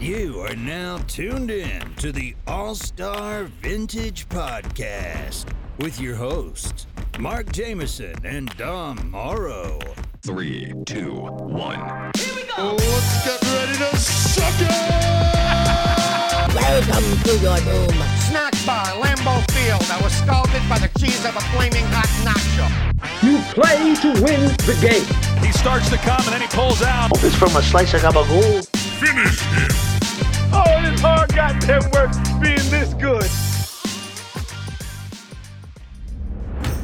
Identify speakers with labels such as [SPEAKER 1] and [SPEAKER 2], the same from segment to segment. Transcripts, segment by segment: [SPEAKER 1] You are now tuned in to the All Star Vintage Podcast with your hosts, Mark Jameson and Dom Morrow.
[SPEAKER 2] Three, two, one.
[SPEAKER 3] Let's get ready to suck it!
[SPEAKER 4] Welcome to your doom.
[SPEAKER 5] snack bar, Lambeau Field. I was scalded by the cheese of a flaming hot nacho.
[SPEAKER 6] You play to win the game.
[SPEAKER 7] He starts to come and then he pulls out.
[SPEAKER 8] It's from a slice of gabagool.
[SPEAKER 9] Oh, it's hard goddamn work being this good.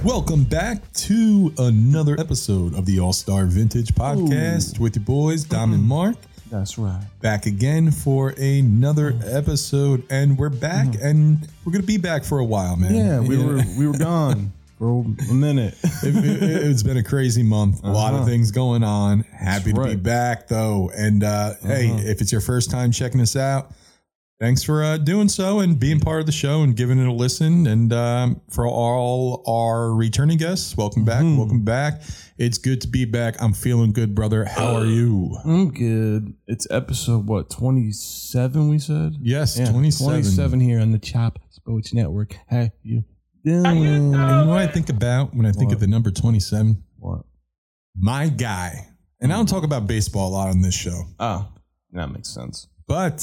[SPEAKER 10] Welcome back to another episode of the All Star Vintage Podcast with your boys, Dom and Mark.
[SPEAKER 11] Mm-hmm. That's right. Mm.
[SPEAKER 10] Back again for another episode, and we're back, and we're gonna be back for a while, man.
[SPEAKER 11] Mm-hmm. Yeah, we were we were gone for a minute.
[SPEAKER 10] It, has been a crazy month, a lot of
[SPEAKER 11] Uh-huh.
[SPEAKER 10] things going on. Happy
[SPEAKER 11] That's
[SPEAKER 10] to be
[SPEAKER 11] right.
[SPEAKER 10] back, though. And uh, hey,
[SPEAKER 11] Uh-huh.
[SPEAKER 10] if it's your first time checking us out, thanks for uh, doing so and being part of the show and giving it a listen. And um, for all our returning guests, welcome back,
[SPEAKER 11] Mhm.
[SPEAKER 10] welcome back. It's good to be back. I'm feeling good, brother. How are you?
[SPEAKER 11] I'm good. It's episode what twenty seven? We said
[SPEAKER 10] Yes, 27.
[SPEAKER 11] 27 here on the Chop Sports Network. How you doing?
[SPEAKER 10] And what I think about when I think
[SPEAKER 11] What?
[SPEAKER 10] of the number 27,
[SPEAKER 11] What?
[SPEAKER 10] my guy. And I
[SPEAKER 11] Mm.
[SPEAKER 10] don't talk about baseball a lot on this show,
[SPEAKER 11] Oh, that makes sense.
[SPEAKER 10] but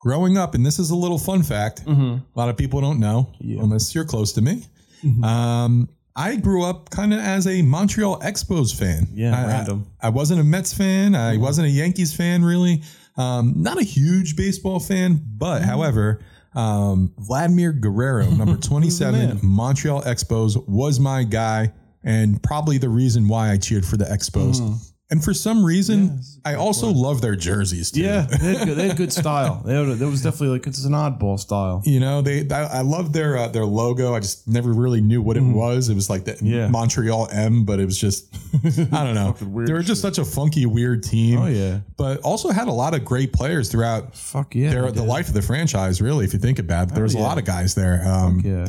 [SPEAKER 10] growing up, and this is a little fun fact.
[SPEAKER 11] Mm-hmm.
[SPEAKER 10] A lot of people don't know,
[SPEAKER 11] Yeah.
[SPEAKER 10] unless you're close to me.
[SPEAKER 11] Mhm.
[SPEAKER 10] Um, I grew up kind of as a Montreal Expos fan.
[SPEAKER 11] Yeah,
[SPEAKER 10] I, I-
[SPEAKER 11] random. Mm-hmm.
[SPEAKER 10] I, wasn't a Mets fan. I wasn't a Yankees fan, really. Um, not a huge baseball fan, but
[SPEAKER 11] Mm-hmm.
[SPEAKER 10] however, um, Vladimir Guerrero, number 27,
[SPEAKER 11] man.
[SPEAKER 10] Montreal Expos, was my guy and probably the reason why I cheered for the Expos.
[SPEAKER 11] Mm-hmm.
[SPEAKER 10] And for some reason, I also love their jerseys too.
[SPEAKER 11] Yeah, they had good, they had good style. They had, that was definitely like it's an oddball style.
[SPEAKER 10] You know, they I, I love their uh, their logo. I just never really knew what it was. It was like the
[SPEAKER 11] Mm-hmm. Yeah.
[SPEAKER 10] Montreal M, but it was just I don't know.
[SPEAKER 11] Fucking weird
[SPEAKER 10] They were just such a funky, weird team.
[SPEAKER 11] Oh yeah,
[SPEAKER 10] But also had a lot of great players throughout
[SPEAKER 11] fuck yeah.
[SPEAKER 10] their
[SPEAKER 11] they
[SPEAKER 10] the
[SPEAKER 11] did. Oh,
[SPEAKER 10] life of the franchise. Really, if you think about it, there was a
[SPEAKER 11] yeah.
[SPEAKER 10] lot of guys there. Um,
[SPEAKER 11] Yeah,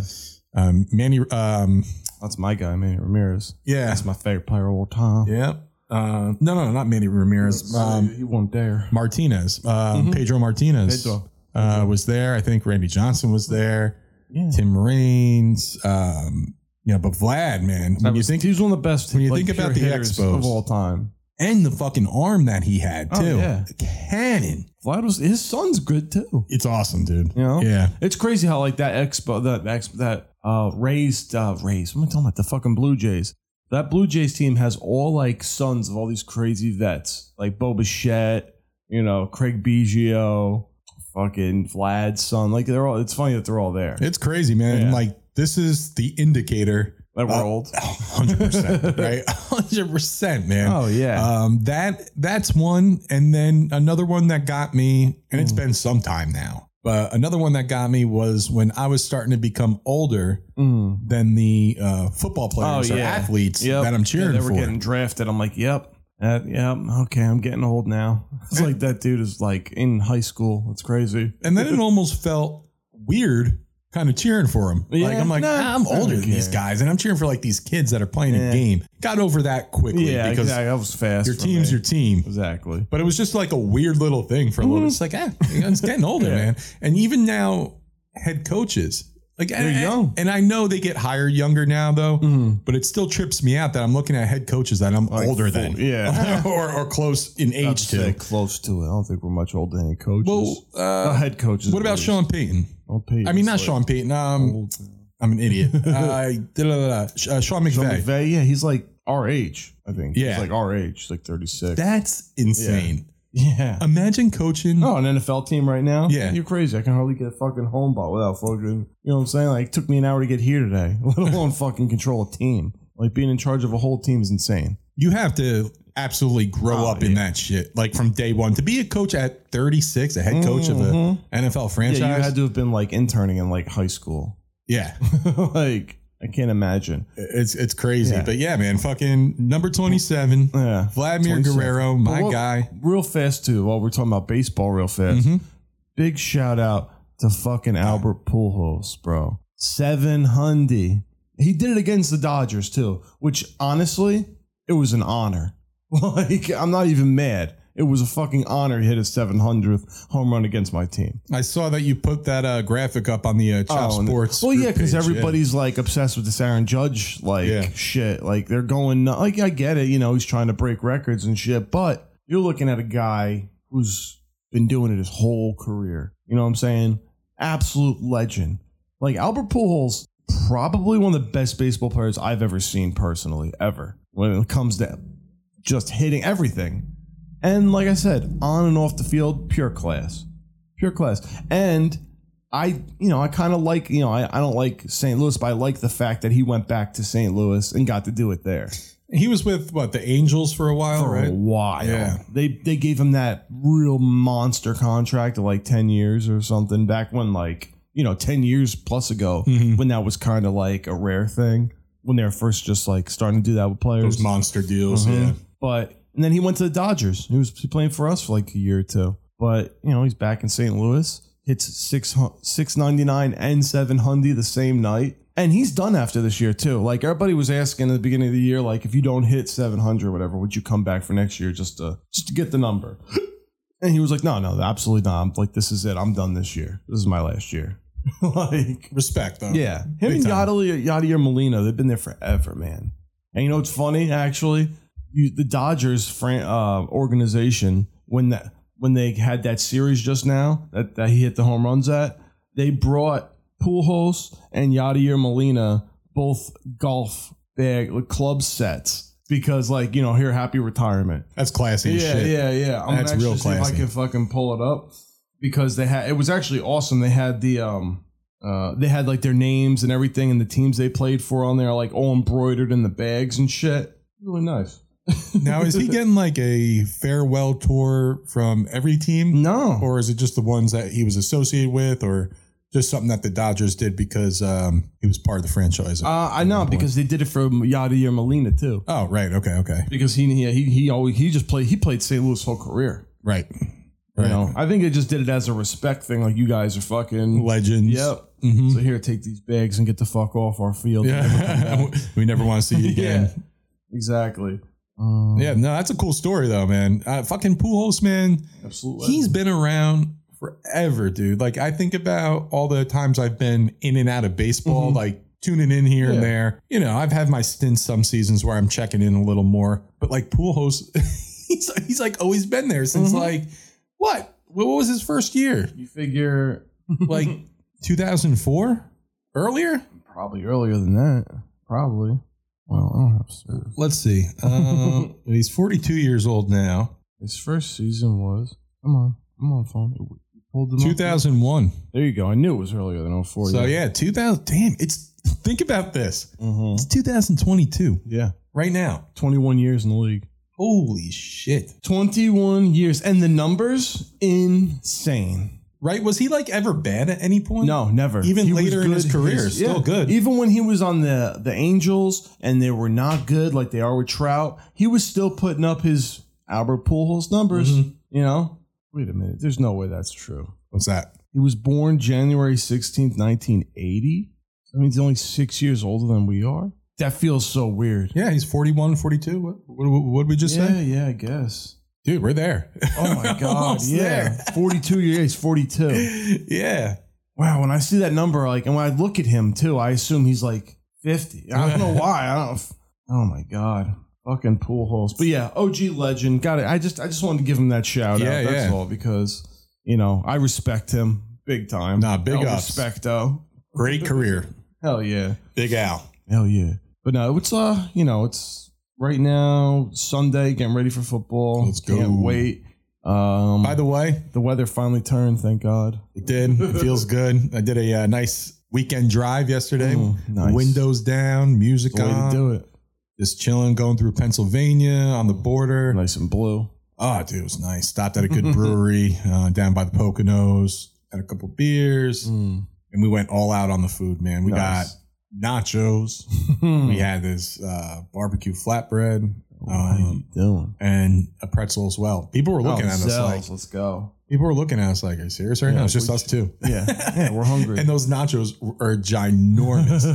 [SPEAKER 10] um, Manny. Um,
[SPEAKER 11] that's my guy, Manny Ramirez.
[SPEAKER 10] yeah,
[SPEAKER 11] That's my favorite player of all time.
[SPEAKER 10] yeah. Uh, no, no, no, not Manny Ramirez. Um,
[SPEAKER 11] he wasn't there.
[SPEAKER 10] Martinez, um, Pedro Martinez
[SPEAKER 11] Mm-hmm. Pedro.
[SPEAKER 10] Uh, was there. I think Randy Johnson was there.
[SPEAKER 11] Yeah.
[SPEAKER 10] Tim Raines. Um, yeah, but Vlad, man, when you
[SPEAKER 11] was,
[SPEAKER 10] think
[SPEAKER 11] he was one of the best.
[SPEAKER 10] when you think
[SPEAKER 11] pure
[SPEAKER 10] about the
[SPEAKER 11] hitters
[SPEAKER 10] Expos.
[SPEAKER 11] of all time,
[SPEAKER 10] and the fucking arm that he had too,
[SPEAKER 11] Oh, yeah.
[SPEAKER 10] cannon.
[SPEAKER 11] Vlad was his son's good too.
[SPEAKER 10] It's awesome, dude.
[SPEAKER 11] You know,
[SPEAKER 10] Yeah,
[SPEAKER 11] it's crazy how like that expo that ex that uh raised uh raised. What am I talking about? The fucking Blue Jays. That Blue Jays team has all like sons of all these crazy vets, like Bo Bichette, you know, Craig Biggio, fucking Vlad's son. Like they're all. It's funny that they're all there.
[SPEAKER 10] it's crazy, man.
[SPEAKER 11] Yeah.
[SPEAKER 10] Like this is the indicator.
[SPEAKER 11] That we're
[SPEAKER 10] Uh,
[SPEAKER 11] old.
[SPEAKER 10] Hundred percent, right? Hundred percent, man.
[SPEAKER 11] Oh yeah.
[SPEAKER 10] Um, that that's one, and then another one that got me, and
[SPEAKER 11] Hmm.
[SPEAKER 10] it's been some time now. But another one that got me was when I was starting to become older
[SPEAKER 11] Mm.
[SPEAKER 10] than the uh, football players
[SPEAKER 11] Oh,
[SPEAKER 10] or
[SPEAKER 11] yeah.
[SPEAKER 10] athletes
[SPEAKER 11] Yep.
[SPEAKER 10] that I'm cheering
[SPEAKER 11] yeah, they
[SPEAKER 10] for.
[SPEAKER 11] were getting drafted. I'm like, yep, that, yep, okay, I'm getting old now. It's like that dude is like in high school. It's crazy.
[SPEAKER 10] and then it almost felt weird, kind of cheering for them. like
[SPEAKER 11] Yeah.
[SPEAKER 10] I'm like,
[SPEAKER 11] No,
[SPEAKER 10] "Ah, I'm
[SPEAKER 11] I don't
[SPEAKER 10] older than these
[SPEAKER 11] care."
[SPEAKER 10] guys, and I'm cheering for like these kids that are playing a
[SPEAKER 11] Yeah.
[SPEAKER 10] game. Got over that quickly
[SPEAKER 11] yeah,
[SPEAKER 10] because
[SPEAKER 11] exactly. That was fast.
[SPEAKER 10] your
[SPEAKER 11] for
[SPEAKER 10] team's
[SPEAKER 11] me.
[SPEAKER 10] your team.
[SPEAKER 11] exactly.
[SPEAKER 10] But it was just like a weird little thing for a little bit. It's like, eh, you know, it's getting older,
[SPEAKER 11] Mm-hmm. Yeah.
[SPEAKER 10] man. And even now, head coaches, like,
[SPEAKER 11] They're
[SPEAKER 10] and,
[SPEAKER 11] young. Mm-hmm.
[SPEAKER 10] And I know they get hired younger now, though, but it still trips me out that I'm looking at head coaches that I'm
[SPEAKER 11] Like
[SPEAKER 10] older
[SPEAKER 11] full-
[SPEAKER 10] than.
[SPEAKER 11] yeah.
[SPEAKER 10] or, or close in
[SPEAKER 11] I'd
[SPEAKER 10] age
[SPEAKER 11] say
[SPEAKER 10] to.
[SPEAKER 11] close to it. I don't think we're much older than coaches.
[SPEAKER 10] Well,
[SPEAKER 11] Uh,
[SPEAKER 10] uh,
[SPEAKER 11] head coaches.
[SPEAKER 10] what about Sean Payton?
[SPEAKER 11] Oh,
[SPEAKER 10] I mean, not Sean Payton. Um, I'm an idiot. Uh, da- da- da- da. Uh, Sean
[SPEAKER 11] Sean
[SPEAKER 10] McVay.
[SPEAKER 11] McVay. Yeah, he's like our age. I think.
[SPEAKER 10] Yeah.
[SPEAKER 11] he's like our age, like 36.
[SPEAKER 10] That's insane.
[SPEAKER 11] yeah.
[SPEAKER 10] Imagine coaching.
[SPEAKER 11] Oh, an NFL team right now?
[SPEAKER 10] Yeah.
[SPEAKER 11] You're crazy. I can hardly get a fucking home ball without fucking, you know what I'm saying? Like, it took me an hour to get here today, let alone fucking control a team. Like, being in charge of a whole team is insane.
[SPEAKER 10] you have to absolutely grow
[SPEAKER 11] Oh,
[SPEAKER 10] up in
[SPEAKER 11] yeah.
[SPEAKER 10] that shit like from day one to be a coach at 36 a head coach
[SPEAKER 11] Mhm.
[SPEAKER 10] of an nfl
[SPEAKER 11] Yeah,
[SPEAKER 10] franchise yeah,
[SPEAKER 11] you had to have been like interning in like high school. like, I can't imagine.
[SPEAKER 10] it's it's crazy
[SPEAKER 11] Yeah.
[SPEAKER 10] but yeah man fucking number 27
[SPEAKER 11] Yeah.
[SPEAKER 10] vladimir
[SPEAKER 11] 27.
[SPEAKER 10] guerrero my
[SPEAKER 11] But what-
[SPEAKER 10] guy
[SPEAKER 11] Real fast, too, while we're talking about baseball, real fast.
[SPEAKER 10] Mhm.
[SPEAKER 11] Big shout out to fucking Albert Pujols, bro. 700. He did it against the Dodgers too, which honestly, it was an honor. Like I'm not even mad. It was a fucking honor he hit his 700th home run against my team.
[SPEAKER 10] I saw that you put that uh, graphic up on the uh, Chop
[SPEAKER 11] Oh, and-
[SPEAKER 10] Sports.
[SPEAKER 11] Well,
[SPEAKER 10] group
[SPEAKER 11] yeah, because
[SPEAKER 10] page,
[SPEAKER 11] everybody's like obsessed with this Aaron Judge like
[SPEAKER 10] Yeah.
[SPEAKER 11] shit. Like they're going nu- like I get it, you know, he's trying to break records and shit, but you're looking at a guy who's been doing it his whole career. You know what I'm saying? Absolute legend. Like Albert Pujols, probably one of the best baseball players I've ever seen personally ever. When it comes to just hitting everything. And like I said, on and off the field, pure class. Pure class. And I, you know, I kind of like, you know, I, I don't like St. Louis, but I like the fact that he went back to St. Louis and got to do it there
[SPEAKER 10] yeah. He was with what the Angels for a while,
[SPEAKER 11] for
[SPEAKER 10] Oh, right?
[SPEAKER 11] a while.
[SPEAKER 10] Yeah.
[SPEAKER 11] They they gave him that real monster contract of like 10 years or something back when like, you know, 10 years plus ago
[SPEAKER 10] Mm-hmm.
[SPEAKER 11] when that was kind of like a rare thing when they were first just like starting to do that with players.
[SPEAKER 10] Those monster deals.
[SPEAKER 11] Mhm.
[SPEAKER 10] Yeah.
[SPEAKER 11] But and then he went to the Dodgers. He was playing for us for like a year or two. But you know he's back in St. Louis. Hits six six ninety nine and seven hundy the same night. And he's done after this year too. Like everybody was asking at the beginning of the year, like if you don't hit seven hundred or whatever, would you come back for next year just to just to get the number? And he was like, No, no, absolutely not. I'm like, this is it. I'm done this year. This is my last year. like
[SPEAKER 10] Respect though.
[SPEAKER 11] yeah, him
[SPEAKER 10] Big
[SPEAKER 11] and
[SPEAKER 10] time.
[SPEAKER 11] Yadier, Yadier Molina, they've been there forever, man. And you know what's funny? Actually, you, the Dodgers fran- uh, organization when that when they had that series just now that, that he hit the home runs at, they brought Pujols and Yadier Molina both golf bag club sets because, like, you know, here, happy retirement.
[SPEAKER 10] That's classy as
[SPEAKER 11] Yeah,
[SPEAKER 10] shit.
[SPEAKER 11] yeah, yeah. I'm
[SPEAKER 10] That's
[SPEAKER 11] actually
[SPEAKER 10] real
[SPEAKER 11] see if I
[SPEAKER 10] classy.
[SPEAKER 11] can fucking pull it up because they had it was actually awesome. They had the um uh they had like their names and everything and the teams they played for on there like all embroidered in the bags and shit. Really nice.
[SPEAKER 10] Now is he getting like a farewell tour from every team?
[SPEAKER 11] No.
[SPEAKER 10] Or is it just the ones that he was associated with or just something that the Dodgers did because um, he was part of the franchise?
[SPEAKER 11] uh, I know because they did it for Yadier Molina too.
[SPEAKER 10] oh, right. Okay. Okay.
[SPEAKER 11] Because he he he, he always he just played he played St. Louis whole career.
[SPEAKER 10] Right.
[SPEAKER 11] You
[SPEAKER 10] Right.
[SPEAKER 11] know, I think they just did it as a respect thing. Like you guys are fucking
[SPEAKER 10] Legends. Mm-hmm.
[SPEAKER 11] Yep. So here, take these bags and get the fuck off our field.
[SPEAKER 10] Yeah. we never want to see you again. Um,
[SPEAKER 11] Yeah. Exactly.
[SPEAKER 10] yeah. No, that's a cool story though, man. Uh, fucking Pujols, man.
[SPEAKER 11] Absolutely.
[SPEAKER 10] He's been around forever, dude. Like I think about all the times I've been in and out of baseball, like tuning in here
[SPEAKER 11] Yeah.
[SPEAKER 10] and there. You know, I've had my stints some seasons where I'm checking in a little more, but like Pujols, he's he's like always been there since
[SPEAKER 11] Mhm.
[SPEAKER 10] like what? What was his first year?
[SPEAKER 11] You figure
[SPEAKER 10] Like 2004? Earlier?
[SPEAKER 11] probably earlier than that. Probably. Well, I don't have to serve.
[SPEAKER 10] Let's see. Um, he's 42 years old now.
[SPEAKER 11] His first season was. Come on, come on, phone. You pulled them up.
[SPEAKER 10] 2001.
[SPEAKER 11] There you go. I knew it was earlier than 04.
[SPEAKER 10] So yeah, 2000. Damn, it's think about this.
[SPEAKER 11] Mhm.
[SPEAKER 10] It's 2022
[SPEAKER 11] yeah.
[SPEAKER 10] right now.
[SPEAKER 11] 21 years in the league.
[SPEAKER 10] Holy shit!
[SPEAKER 11] 21 years, and the numbers insane.
[SPEAKER 10] Right? Was he like ever bad at any point?
[SPEAKER 11] No, never.
[SPEAKER 10] Even
[SPEAKER 11] was
[SPEAKER 10] later in his career, still good.
[SPEAKER 11] Even when he was on the the Angels and they were not good like they are with Trout, he was still putting up his Albert Pujols numbers.
[SPEAKER 10] Mm-hmm.
[SPEAKER 11] You know. Wait a minute. There's no way that's true.
[SPEAKER 10] What's that?
[SPEAKER 11] He was born January 16th, 1980. That means he's only six years older than we are. That feels so weird.
[SPEAKER 10] Yeah, he's 41, 42. What? What? What did we just
[SPEAKER 11] Yeah,
[SPEAKER 10] say?
[SPEAKER 11] yeah, I guess.
[SPEAKER 10] Dude, we're there.
[SPEAKER 11] Oh my God.
[SPEAKER 10] Almost
[SPEAKER 11] yeah. 42 years, 42.
[SPEAKER 10] there. yeah.
[SPEAKER 11] Wow, when I see that number, like, and when I look at him too, I assume he's like 50. I don't know why. I don't. Oh my god, fucking pool holes. But yeah, OG legend. Got it. I just, I just wanted to give him that shout
[SPEAKER 10] Yeah,
[SPEAKER 11] out. That's
[SPEAKER 10] yeah.
[SPEAKER 11] all because you know I respect him big time.
[SPEAKER 10] Nah, big
[SPEAKER 11] El
[SPEAKER 10] ups.
[SPEAKER 11] respecto.
[SPEAKER 10] Great career.
[SPEAKER 11] Hell yeah,
[SPEAKER 10] Big Al.
[SPEAKER 11] hell yeah. But no, it's uh, you know, it's right now Sunday, getting ready for football.
[SPEAKER 10] Let's go.
[SPEAKER 11] Can't wait. Um,
[SPEAKER 10] By the way,
[SPEAKER 11] the weather finally turned. Thank God.
[SPEAKER 10] It did. It feels good. I did a uh, nice weekend drive yesterday.
[SPEAKER 11] Mm, nice.
[SPEAKER 10] Windows down, music
[SPEAKER 11] It's the way to
[SPEAKER 10] on,
[SPEAKER 11] do it.
[SPEAKER 10] just chilling, going through Pennsylvania on the border.
[SPEAKER 11] Nice and blue.
[SPEAKER 10] Oh, dude, it was nice. Stopped at a good brewery uh, down by the Poconos, had a couple beers,
[SPEAKER 11] Hmm.
[SPEAKER 10] and we went all out on the food, man. We
[SPEAKER 11] Nice. Hmm.
[SPEAKER 10] got nachos. we had this uh, barbecue flatbread
[SPEAKER 11] How you
[SPEAKER 10] um,
[SPEAKER 11] doing? Oh,
[SPEAKER 10] and a pretzel as well. People were looking at us like,
[SPEAKER 11] let's go.
[SPEAKER 10] people were looking at us like, are you serious right
[SPEAKER 11] Yeah,
[SPEAKER 10] now? It's just
[SPEAKER 11] we-
[SPEAKER 10] us two.
[SPEAKER 11] Yeah, yeah, we're hungry.
[SPEAKER 10] and those nachos are ginormous.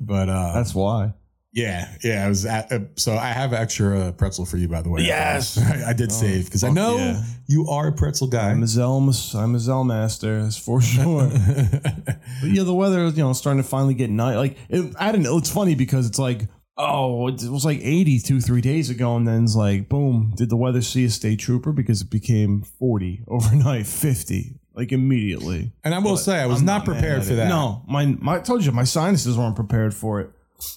[SPEAKER 10] but uh,
[SPEAKER 11] That's why.
[SPEAKER 10] Yeah, yeah. I was at, uh, so I have extra uh, pretzel for you, by the way.
[SPEAKER 11] Yes.
[SPEAKER 10] I, did save because I
[SPEAKER 11] Oh, fuck
[SPEAKER 10] know
[SPEAKER 11] yeah.
[SPEAKER 10] you are a pretzel guy.
[SPEAKER 11] I'm a Zell, I'm a Zell master, that's for sure. But yeah, the weather, you know, it's starting to finally get nice. Like, it, I don't know. It's funny because it's like, oh, it was like 82, three days ago. And then it's like, boom, did the weather see a state trooper? Because it became 40 overnight, 50, like immediately.
[SPEAKER 10] and I will say, I was
[SPEAKER 11] I'm
[SPEAKER 10] not,
[SPEAKER 11] mad
[SPEAKER 10] prepared
[SPEAKER 11] at
[SPEAKER 10] for
[SPEAKER 11] it.
[SPEAKER 10] that.
[SPEAKER 11] No, my, my, I told you, my sinuses weren't prepared for it.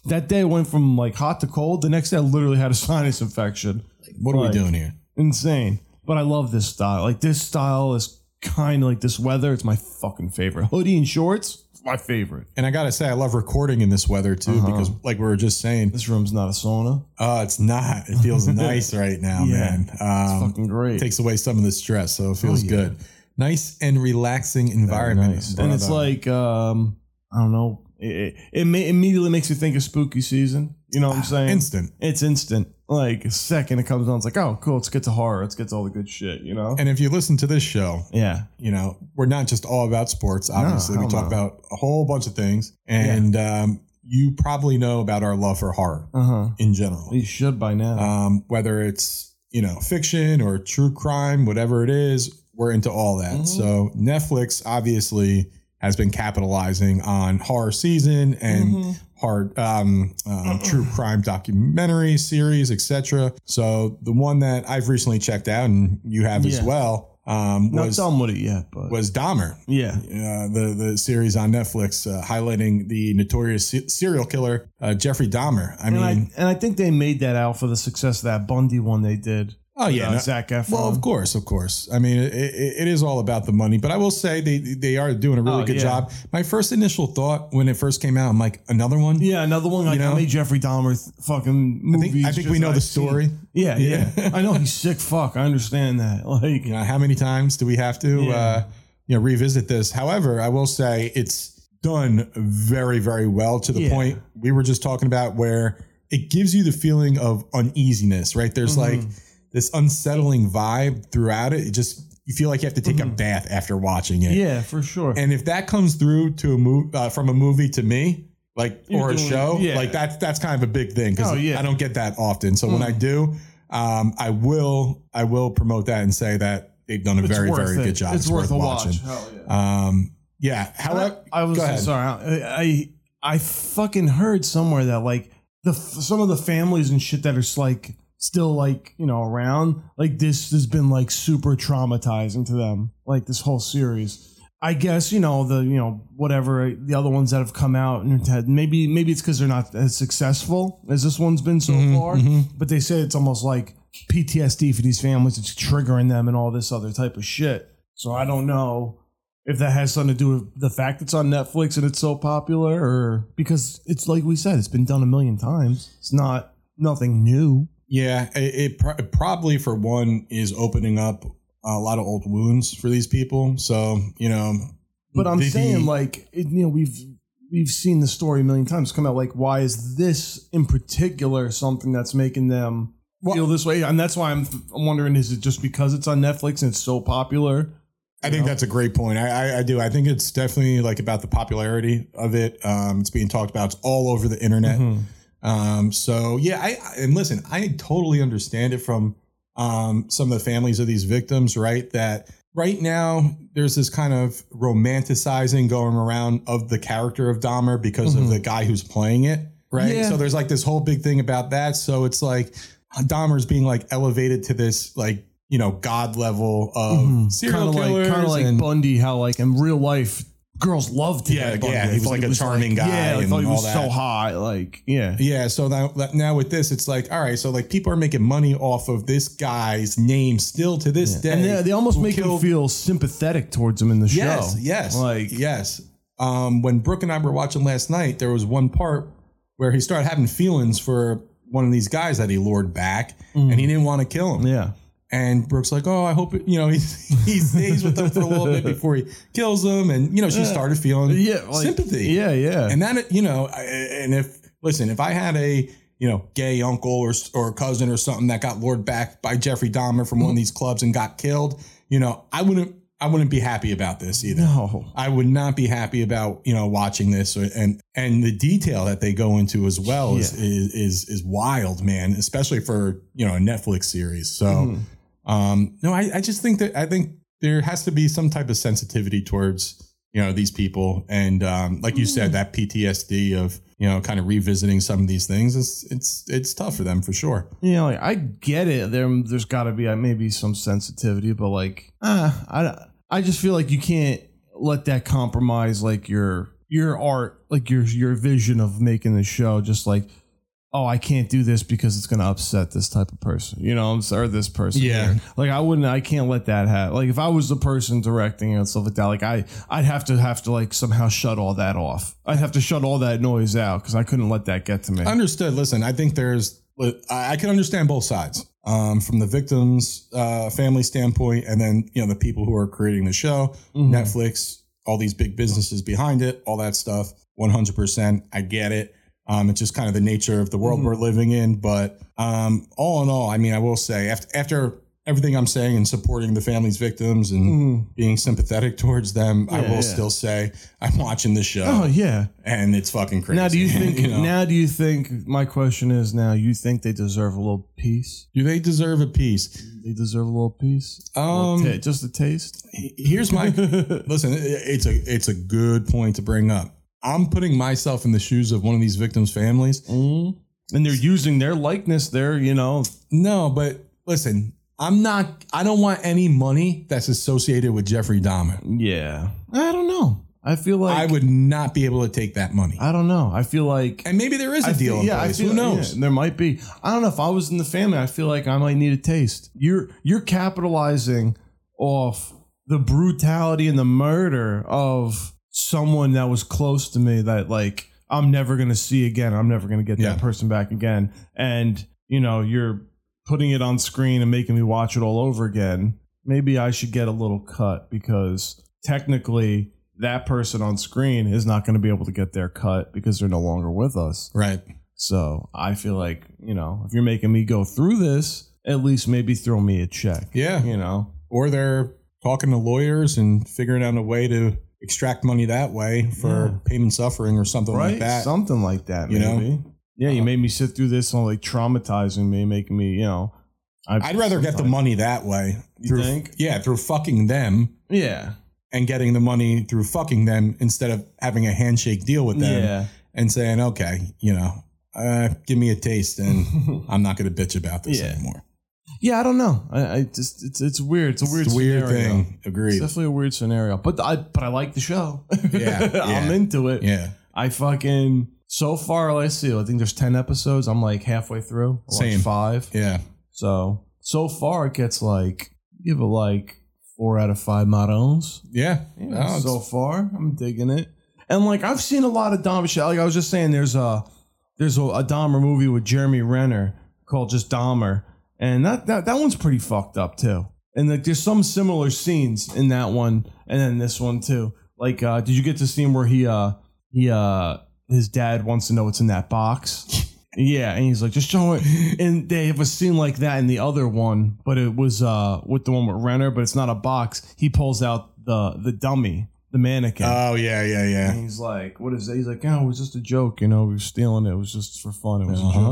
[SPEAKER 11] That day went from like hot to cold. The next day, I literally had a sinus infection.
[SPEAKER 10] What are
[SPEAKER 11] Like,
[SPEAKER 10] we doing here?
[SPEAKER 11] Insane. But I love this style. Like, this style is kind of like this weather. It's my fucking favorite. Hoodie and shorts, my favorite.
[SPEAKER 10] And I gotta say, I love recording in this weather
[SPEAKER 11] Uh-huh.
[SPEAKER 10] too, because like we were just saying,
[SPEAKER 11] This room's not a sauna.
[SPEAKER 10] uh, it's not. It feels nice right now,
[SPEAKER 11] Yeah.
[SPEAKER 10] man. Um,
[SPEAKER 11] fucking great. Oh,
[SPEAKER 10] takes away some of the stress, so it feels
[SPEAKER 11] yeah.
[SPEAKER 10] good. Nice and relaxing
[SPEAKER 11] Very
[SPEAKER 10] environment.
[SPEAKER 11] nice.
[SPEAKER 10] Brought
[SPEAKER 11] And it's
[SPEAKER 10] up.
[SPEAKER 11] like, um, I don't know. It, it, it ma- immediately makes you think of spooky season. You
[SPEAKER 10] Ah,
[SPEAKER 11] know what I'm saying?
[SPEAKER 10] instant.
[SPEAKER 11] It's instant. Like, a second it comes on, it's like, oh, cool. Let's get to horror. Let's get to all the good shit, you know?
[SPEAKER 10] And if you listen to this show,
[SPEAKER 11] yeah.
[SPEAKER 10] you know, we're not just all about sports. Obviously, we
[SPEAKER 11] hell
[SPEAKER 10] talk
[SPEAKER 11] no.
[SPEAKER 10] about a whole bunch of things, and um, you probably know about our love for horror
[SPEAKER 11] Uh huh.
[SPEAKER 10] in general.
[SPEAKER 11] You should by now.
[SPEAKER 10] Um, whether it's you know fiction or true crime, whatever it is, we're into all
[SPEAKER 11] Mm-hmm.
[SPEAKER 10] that. So Netflix obviously has been capitalizing on horror season and
[SPEAKER 11] Mm-hmm.
[SPEAKER 10] horror, um, um, true crime documentary series, etc. So the one that I've recently checked out, and you have as
[SPEAKER 11] Yeah.
[SPEAKER 10] well, um,
[SPEAKER 11] not
[SPEAKER 10] was
[SPEAKER 11] done with it yet, but.
[SPEAKER 10] was Dahmer
[SPEAKER 11] yeah.
[SPEAKER 10] uh, the the series on Netflix uh, highlighting the notorious se- serial killer uh, Jeffrey Dahmer. I mean,
[SPEAKER 11] and, I, and I think they made that out for the success of that Bundy one they did.
[SPEAKER 10] oh yeah,
[SPEAKER 11] uh,
[SPEAKER 10] no-
[SPEAKER 11] Zac Efron.
[SPEAKER 10] well, of course, of course. I mean, it, it, it is all about the money, but I will say they they are doing a really
[SPEAKER 11] Oh,
[SPEAKER 10] good
[SPEAKER 11] yeah.
[SPEAKER 10] job. My first initial thought when it first came out, I'm like, another one.
[SPEAKER 11] Yeah, another one. Like,
[SPEAKER 10] You know?
[SPEAKER 11] I made Jeffrey Dahmer th- fucking
[SPEAKER 10] I
[SPEAKER 11] movies.
[SPEAKER 10] think, I think we
[SPEAKER 11] just
[SPEAKER 10] know the
[SPEAKER 11] I've seen.
[SPEAKER 10] story.
[SPEAKER 11] Yeah,
[SPEAKER 10] Yeah.
[SPEAKER 11] yeah. I know he's sick. Fuck, I understand that. Like,
[SPEAKER 10] You know, how many times do we have to
[SPEAKER 11] Yeah.
[SPEAKER 10] uh, you know revisit this? However, I will say it's done very very well to the
[SPEAKER 11] Yeah.
[SPEAKER 10] point we were just talking about where it gives you the feeling of uneasiness, right? There's
[SPEAKER 11] Mm-hmm.
[SPEAKER 10] like this unsettling vibe throughout it. It just you feel like you have to take a
[SPEAKER 11] Mm-hmm.
[SPEAKER 10] bath after watching it.
[SPEAKER 11] yeah, for sure.
[SPEAKER 10] And if that comes through to a move uh, from a movie to me, like
[SPEAKER 11] You're
[SPEAKER 10] or a
[SPEAKER 11] doing-
[SPEAKER 10] show,
[SPEAKER 11] yeah.
[SPEAKER 10] like that's that's kind of a big thing because
[SPEAKER 11] Oh, yeah. Hmm.
[SPEAKER 10] I don't get that often. So when I do, um, I will I will promote that and say that they've done a
[SPEAKER 11] It's
[SPEAKER 10] very
[SPEAKER 11] worth
[SPEAKER 10] very
[SPEAKER 11] it.
[SPEAKER 10] good job.
[SPEAKER 11] It's, worth, a watch.
[SPEAKER 10] watching.
[SPEAKER 11] Hell yeah.
[SPEAKER 10] Um, yeah. However,
[SPEAKER 11] I, I was
[SPEAKER 10] go ahead.
[SPEAKER 11] sorry. I, I I fucking heard somewhere that like the f- some of the families and shit that are s- like still like you know around like this has been like super traumatizing to them. Like this whole series. I guess you know the you know whatever the other ones that have come out and had maybe maybe it's because they're not as successful as this one's been so
[SPEAKER 10] Mm-hmm,
[SPEAKER 11] far. But they say it's almost like PTSD for these families. It's triggering them and all this other type of shit. So I don't know if that has something to do with the fact it's on Netflix and it's so popular, or because it's like we said, it's been done a million times. It's not nothing new.
[SPEAKER 10] Yeah, it, it pro- probably for one is opening up a lot of old wounds for these people. So you know,
[SPEAKER 11] But I'm
[SPEAKER 10] the- the-
[SPEAKER 11] saying, like, it, you know, we've we've seen the story a million times come out. Like, why is this in particular something that's making them feel this way? And that's why I'm I'm wondering: is it just because it's on Netflix and it's so popular?
[SPEAKER 10] I think that's a great point. I, I, I do. I think it's definitely like about the popularity of it. Um, it's being talked about. It's all over the internet.
[SPEAKER 11] Mm-hmm.
[SPEAKER 10] Um, so yeah, I I- and listen, I totally understand it from um, some of the families of these victims, right? That right now there's this kind of romanticizing going around of the character of Dahmer because of the guy who's playing it, right?
[SPEAKER 11] Mm-hmm. Yeah.
[SPEAKER 10] So there's like this whole big thing about that. So it's like Dahmer's being like elevated to this like you know god level of
[SPEAKER 11] Kind
[SPEAKER 10] serial
[SPEAKER 11] of Mm-hmm. like
[SPEAKER 10] killers
[SPEAKER 11] kind of like
[SPEAKER 10] and-
[SPEAKER 11] Bundy, how like in real life girls loved him.
[SPEAKER 10] Yeah,
[SPEAKER 11] Bundy.
[SPEAKER 10] yeah, he
[SPEAKER 11] They
[SPEAKER 10] was
[SPEAKER 11] thought
[SPEAKER 10] like a charming guy
[SPEAKER 11] Yeah, they
[SPEAKER 10] and
[SPEAKER 11] thought he
[SPEAKER 10] all
[SPEAKER 11] was so
[SPEAKER 10] that.
[SPEAKER 11] high. Like, yeah.
[SPEAKER 10] Yeah, so now, now with this, it's like, all right, so like people are making money off of this guy's name still to this day.
[SPEAKER 11] and they, they almost
[SPEAKER 10] who
[SPEAKER 11] make
[SPEAKER 10] killed-
[SPEAKER 11] you feel sympathetic towards him in the
[SPEAKER 10] yes,
[SPEAKER 11] show.
[SPEAKER 10] yes,
[SPEAKER 11] like
[SPEAKER 10] yes. Um, when Brooke and I were watching last night, there was one part where he started having feelings for one of these guys that he lured back, and he didn't want to kill him.
[SPEAKER 11] Mm. yeah,
[SPEAKER 10] And Brooke's like, "Oh, I hope it, you know he, he stays with them for a little bit before he kills them." And you know, she started feeling
[SPEAKER 11] yeah, like,
[SPEAKER 10] sympathy.
[SPEAKER 11] Yeah, yeah,
[SPEAKER 10] and that you know I- and if listen if i had a you know gay uncle or or
[SPEAKER 11] Mm-hmm.
[SPEAKER 10] cousin or something that got lured back by jeffrey dahmer from one of these clubs and got killed you know i wouldn't I wouldn't be happy about this either.
[SPEAKER 11] No.
[SPEAKER 10] I would not be happy about you know watching this or, and and the detail that they go into as well is,
[SPEAKER 11] Yeah.
[SPEAKER 10] is is is wild, man. Especially for you know a Netflix series. So um, no, I, I just think that I think there has to be some type of sensitivity towards you know these people and um, like you said that PTSD of you know kind of revisiting some of these things is it's it's tough for them for sure.
[SPEAKER 11] Yeah, like I get it. There, there's got to be uh, maybe some sensitivity, but like, ah, I, I just feel like you can't let that compromise like your your art, like your your vision of making the show. Just like, oh, I can't do this because it's gonna upset this type of person, you know, or this person.
[SPEAKER 10] Yeah.
[SPEAKER 11] here. like I wouldn't, I can't let that happen. Like if I was the person directing and stuff like that, like I, I'd have to have to like somehow shut all that off. I'd have to shut all that noise out because I couldn't let that get to me.
[SPEAKER 10] Understood. Listen, I think there's, I I can understand both sides um, from the victim's uh, family standpoint, and then you know the people who are creating the show,
[SPEAKER 11] Mm-hmm.
[SPEAKER 10] Netflix, all these big businesses behind it, all that stuff. One hundred percent, I get it. Um, it's just kind of the nature of the world
[SPEAKER 11] Mm-hmm.
[SPEAKER 10] we're living in. But um, all in all, I mean, I will say after after everything I'm saying and supporting the family's victims and being sympathetic towards them, I
[SPEAKER 11] Mm-hmm. Yeah,
[SPEAKER 10] will
[SPEAKER 11] yeah.
[SPEAKER 10] still say I'm watching this show
[SPEAKER 11] oh yeah.
[SPEAKER 10] and it's fucking crazy.
[SPEAKER 11] Now, do you think?
[SPEAKER 10] know?
[SPEAKER 11] Now, do you think? My question is: Now, you think they deserve a little piece?
[SPEAKER 10] Do they deserve a piece?
[SPEAKER 11] They deserve a little piece. A little
[SPEAKER 10] Um,
[SPEAKER 11] ta- just a taste.
[SPEAKER 10] He- Here's my listen. it- It's a it's a good point to bring up. I'm putting myself in the shoes of one of these victims' families.
[SPEAKER 11] And they're Mm-hmm. using their likeness. They're you know,
[SPEAKER 10] No, but listen, I'm not. I don't want any money that's associated with Jeffrey Dahmer.
[SPEAKER 11] yeah. I don't know. I feel like
[SPEAKER 10] I would not be able to take that money.
[SPEAKER 11] I don't know. I feel like
[SPEAKER 10] And maybe there is a
[SPEAKER 11] I
[SPEAKER 10] deal
[SPEAKER 11] feel-
[SPEAKER 10] in
[SPEAKER 11] I
[SPEAKER 10] place.
[SPEAKER 11] feel-
[SPEAKER 10] Who knows?
[SPEAKER 11] yeah, there might be. I don't know. If I was in the family, I feel like I might need a taste. You're you're capitalizing off the brutality and the murder of someone that was close to me that like I'm never gonna see again. I'm never gonna get
[SPEAKER 10] Yeah.
[SPEAKER 11] that person back again. And you know, you're putting it on screen and making me watch it all over again. Maybe I should get a little cut because technically that person on screen is not going to be able to get their cut because they're no longer with us.
[SPEAKER 10] Right.
[SPEAKER 11] So I feel like, you know, if you're making me go through this, at least maybe throw me a check.
[SPEAKER 10] Yeah.
[SPEAKER 11] You know?
[SPEAKER 10] Or they're talking to lawyers and figuring out a way to extract money that way for
[SPEAKER 11] Yeah.
[SPEAKER 10] pain and suffering or something like
[SPEAKER 11] Right?
[SPEAKER 10] that.
[SPEAKER 11] Something like that,
[SPEAKER 10] You
[SPEAKER 11] maybe.
[SPEAKER 10] know?
[SPEAKER 11] Yeah, you made me sit through this and like traumatizing me, making me, you know. I,
[SPEAKER 10] I'd rather get the
[SPEAKER 11] sometimes-
[SPEAKER 10] money that way.
[SPEAKER 11] You
[SPEAKER 10] through,
[SPEAKER 11] think?
[SPEAKER 10] Yeah, through fucking them
[SPEAKER 11] Yeah.
[SPEAKER 10] and getting the money through fucking them instead of having a handshake deal with them
[SPEAKER 11] Yeah.
[SPEAKER 10] and saying, okay, you know, uh, give me a taste and I'm not going to bitch about this
[SPEAKER 11] Yeah.
[SPEAKER 10] anymore.
[SPEAKER 11] Yeah, I don't know. I, I just it's it's weird. It's a weird,
[SPEAKER 10] It's a weird
[SPEAKER 11] scenario.
[SPEAKER 10] thing. Agreed.
[SPEAKER 11] It's definitely a weird scenario, but I but I like the show.
[SPEAKER 10] Yeah, yeah.
[SPEAKER 11] I'm into it.
[SPEAKER 10] Yeah.
[SPEAKER 11] I fucking so far. Let's see. I think there's ten episodes. I'm like halfway through. I watched
[SPEAKER 10] Same.
[SPEAKER 11] five.
[SPEAKER 10] Yeah.
[SPEAKER 11] So so far it gets like give it like four out of five marons.
[SPEAKER 10] Yeah. No,
[SPEAKER 11] Yeah,
[SPEAKER 10] it's-
[SPEAKER 11] so far, I'm digging it. And like I've seen a lot of Dahmer shit. Like I was just saying, there's a there's a, a Dahmer movie with Jeremy Renner called just Dahmer, and that that, that one's pretty fucked up too. And like there's some similar scenes in that one, and then this one too. Like, uh, did you get to see him where he uh he uh his dad wants to know what's in that box? Yeah, and he's like, just show it. And they have a scene like that in the other one, but it was uh with the one with Renner, but it's not a box. He pulls out the the dummy, the mannequin.
[SPEAKER 10] oh, yeah, yeah,
[SPEAKER 11] and
[SPEAKER 10] yeah.
[SPEAKER 11] he's like, what is that? He's like, oh, it was just a joke, you know, we were stealing it. It was just for fun. It was
[SPEAKER 10] Uh-huh.
[SPEAKER 11] a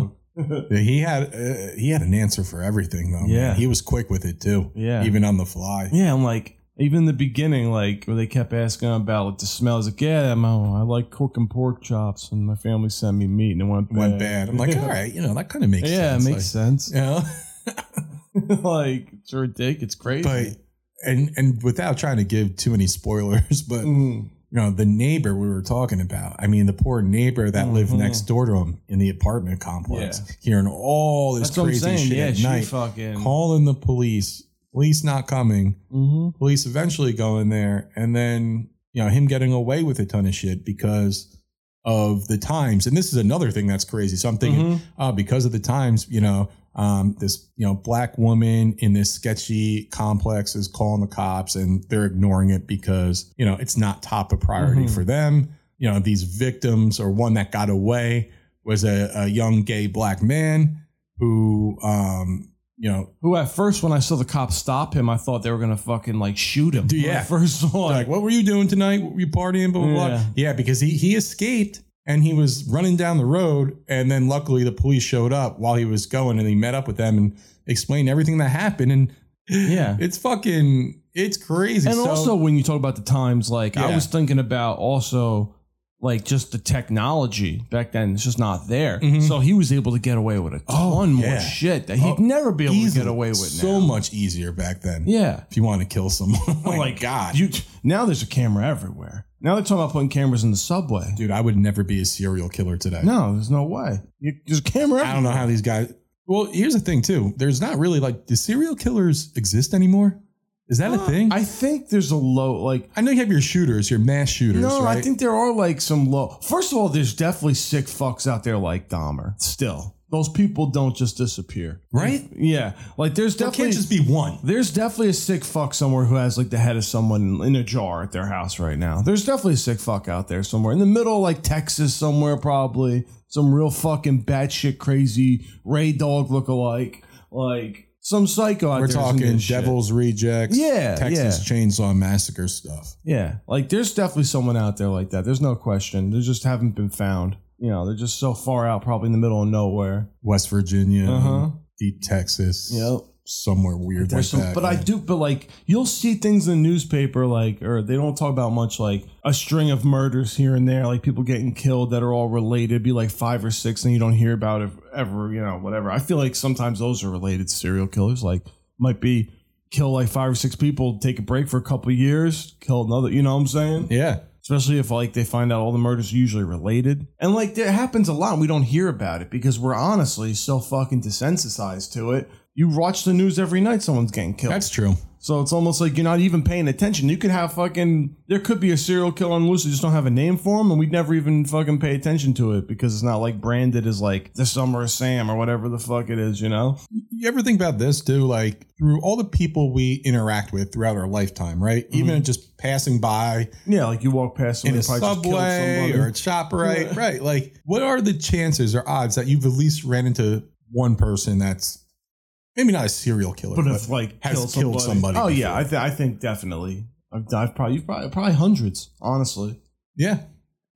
[SPEAKER 11] joke.
[SPEAKER 10] Yeah, He had uh, he had an answer for everything though. man.
[SPEAKER 11] Yeah.
[SPEAKER 10] he was quick with it too.
[SPEAKER 11] Yeah.
[SPEAKER 10] even on the fly.
[SPEAKER 11] Yeah, I'm like, even in the beginning, like where they kept asking about like the smell. I was like, yeah, I'm, oh, I like cooking pork chops, and my family sent me meat, and it went bad.
[SPEAKER 10] Went bad. I'm like, "Oh, all right, you know that kind of makes
[SPEAKER 11] yeah, it
[SPEAKER 10] sense.
[SPEAKER 11] makes
[SPEAKER 10] like,
[SPEAKER 11] sense.
[SPEAKER 10] You know?
[SPEAKER 11] like it's ridiculous. It's crazy.
[SPEAKER 10] but and and without trying to give too many spoilers, but
[SPEAKER 11] Mm-hmm. Mm.
[SPEAKER 10] you know the neighbor we were talking about. I mean, the poor neighbor that lived
[SPEAKER 11] Mhm.
[SPEAKER 10] next door to him in the apartment complex,
[SPEAKER 11] Yeah.
[SPEAKER 10] hearing all this
[SPEAKER 11] That's what I'm
[SPEAKER 10] crazy
[SPEAKER 11] saying.
[SPEAKER 10] shit
[SPEAKER 11] Yeah,
[SPEAKER 10] at
[SPEAKER 11] she
[SPEAKER 10] night,
[SPEAKER 11] fucking.
[SPEAKER 10] calling the police, police not coming,
[SPEAKER 11] Mhm.
[SPEAKER 10] police eventually going there, and then you know him getting away with a ton of shit because of the times. And this is another thing that's crazy. So I'm thinking,
[SPEAKER 11] Mhm.
[SPEAKER 10] oh, because of the times, you know, um, this, you know, black woman in this sketchy complex is calling the cops and they're ignoring it because, you know, it's not top of priority
[SPEAKER 11] Mhm.
[SPEAKER 10] for them. You know, these victims or one that got away was a, a young gay black man who, um, you know,
[SPEAKER 11] Who at first, when I saw the cops stop him, I thought they were gonna fucking like shoot him.
[SPEAKER 10] Dude,
[SPEAKER 11] When I
[SPEAKER 10] yeah.
[SPEAKER 11] first saw
[SPEAKER 10] like
[SPEAKER 11] like
[SPEAKER 10] what were you doing tonight? Were you partying? Blah blah blah.
[SPEAKER 11] Yeah.
[SPEAKER 10] Yeah, because he he escaped and he was running down the road, and then luckily the police showed up while he was going, and he met up with them and explained everything that happened. And
[SPEAKER 11] yeah.
[SPEAKER 10] it's fucking it's crazy.
[SPEAKER 11] And
[SPEAKER 10] So-
[SPEAKER 11] also, when you talk about the times, like I
[SPEAKER 10] Yeah.
[SPEAKER 11] was thinking about also like just the technology back then. It's just not there.
[SPEAKER 10] Mhm.
[SPEAKER 11] So he was able to get away with a
[SPEAKER 10] Oh,
[SPEAKER 11] ton
[SPEAKER 10] yeah.
[SPEAKER 11] more shit that he'd
[SPEAKER 10] Oh,
[SPEAKER 11] never be able to
[SPEAKER 10] easily.
[SPEAKER 11] get away with.
[SPEAKER 10] so
[SPEAKER 11] now.
[SPEAKER 10] much easier back then.
[SPEAKER 11] Yeah.
[SPEAKER 10] if you want to kill someone, oh my
[SPEAKER 11] Like,
[SPEAKER 10] god,
[SPEAKER 11] You now there's a camera everywhere. Now they're talking about putting cameras in the subway.
[SPEAKER 10] dude, I would never be a serial killer today.
[SPEAKER 11] No, there's no way. You, there's a camera.
[SPEAKER 10] I don't know how these guys. Well, here's the thing too. There's not really like, do serial killers exist anymore? Is that a thing?
[SPEAKER 11] Uh, I think there's a low like.
[SPEAKER 10] I know you have your shooters, your mass shooters.
[SPEAKER 11] No,
[SPEAKER 10] right?
[SPEAKER 11] I think there are like some low. First of all, there's definitely sick fucks out there like Dahmer. Still, those people don't just disappear.
[SPEAKER 10] right.
[SPEAKER 11] Yeah, like there's
[SPEAKER 10] There
[SPEAKER 11] definitely
[SPEAKER 10] can't just be one.
[SPEAKER 11] there's definitely a sick fuck somewhere who has like the head of someone in a jar at their house right now. There's definitely a sick fuck out there somewhere in the middle, like Texas, somewhere probably some real fucking batshit crazy Ray Dog lookalike, like some psycho out
[SPEAKER 10] We're
[SPEAKER 11] there. is into
[SPEAKER 10] talking
[SPEAKER 11] this shit.
[SPEAKER 10] Devil's Rejects,
[SPEAKER 11] Yeah,
[SPEAKER 10] Texas Chainsaw Massacre stuff.
[SPEAKER 11] Yeah, like there's definitely someone out there like that. There's no question. They just haven't been found. You know, they're just so far out, probably in the middle of nowhere.
[SPEAKER 10] West Virginia,
[SPEAKER 11] Uh-huh.
[SPEAKER 10] deep Texas,
[SPEAKER 11] Yep.
[SPEAKER 10] somewhere weird like
[SPEAKER 11] There's some,
[SPEAKER 10] that.
[SPEAKER 11] but I do, but like you'll see things in the newspaper, like or they don't talk about much, like a string of murders here and there, like people getting killed that are all related, be like five or six, and you don't hear about it ever, you know, whatever. I feel like sometimes those are related to serial killers, like might be kill like five or six people, take a break for a couple of years, kill another, you know what I'm saying?
[SPEAKER 10] yeah,
[SPEAKER 11] Especially if like they find out all the murders are usually related, and like it happens a lot, and we don't hear about it because we're honestly so fucking desensitized to it. You watch the news every night, someone's getting killed.
[SPEAKER 10] that's true.
[SPEAKER 11] So it's almost like you're not even paying attention. You could have fucking there could be a serial killer on loose, you just don't have a name for him, and we'd never even fucking pay attention to it because it's not like branded as like the Summer of Sam or whatever the fuck it is, you know?
[SPEAKER 10] You ever think about this too? Like through all the people we interact with throughout our lifetime, right?
[SPEAKER 11] Mm-hmm.
[SPEAKER 10] Even just passing by
[SPEAKER 11] Yeah, like you walk past
[SPEAKER 10] in
[SPEAKER 11] someone
[SPEAKER 10] a
[SPEAKER 11] who probably just killed
[SPEAKER 10] subway
[SPEAKER 11] somebody.
[SPEAKER 10] or a shop, right? Right. Like, what are the chances or odds that you've at least ran into one person that's maybe not a serial killer,
[SPEAKER 11] but if like
[SPEAKER 10] has
[SPEAKER 11] killed
[SPEAKER 10] killed somebody
[SPEAKER 11] oh
[SPEAKER 10] before.
[SPEAKER 11] yeah, I, th- I think definitely. I've died probably you've probably probably hundreds, honestly.
[SPEAKER 10] yeah,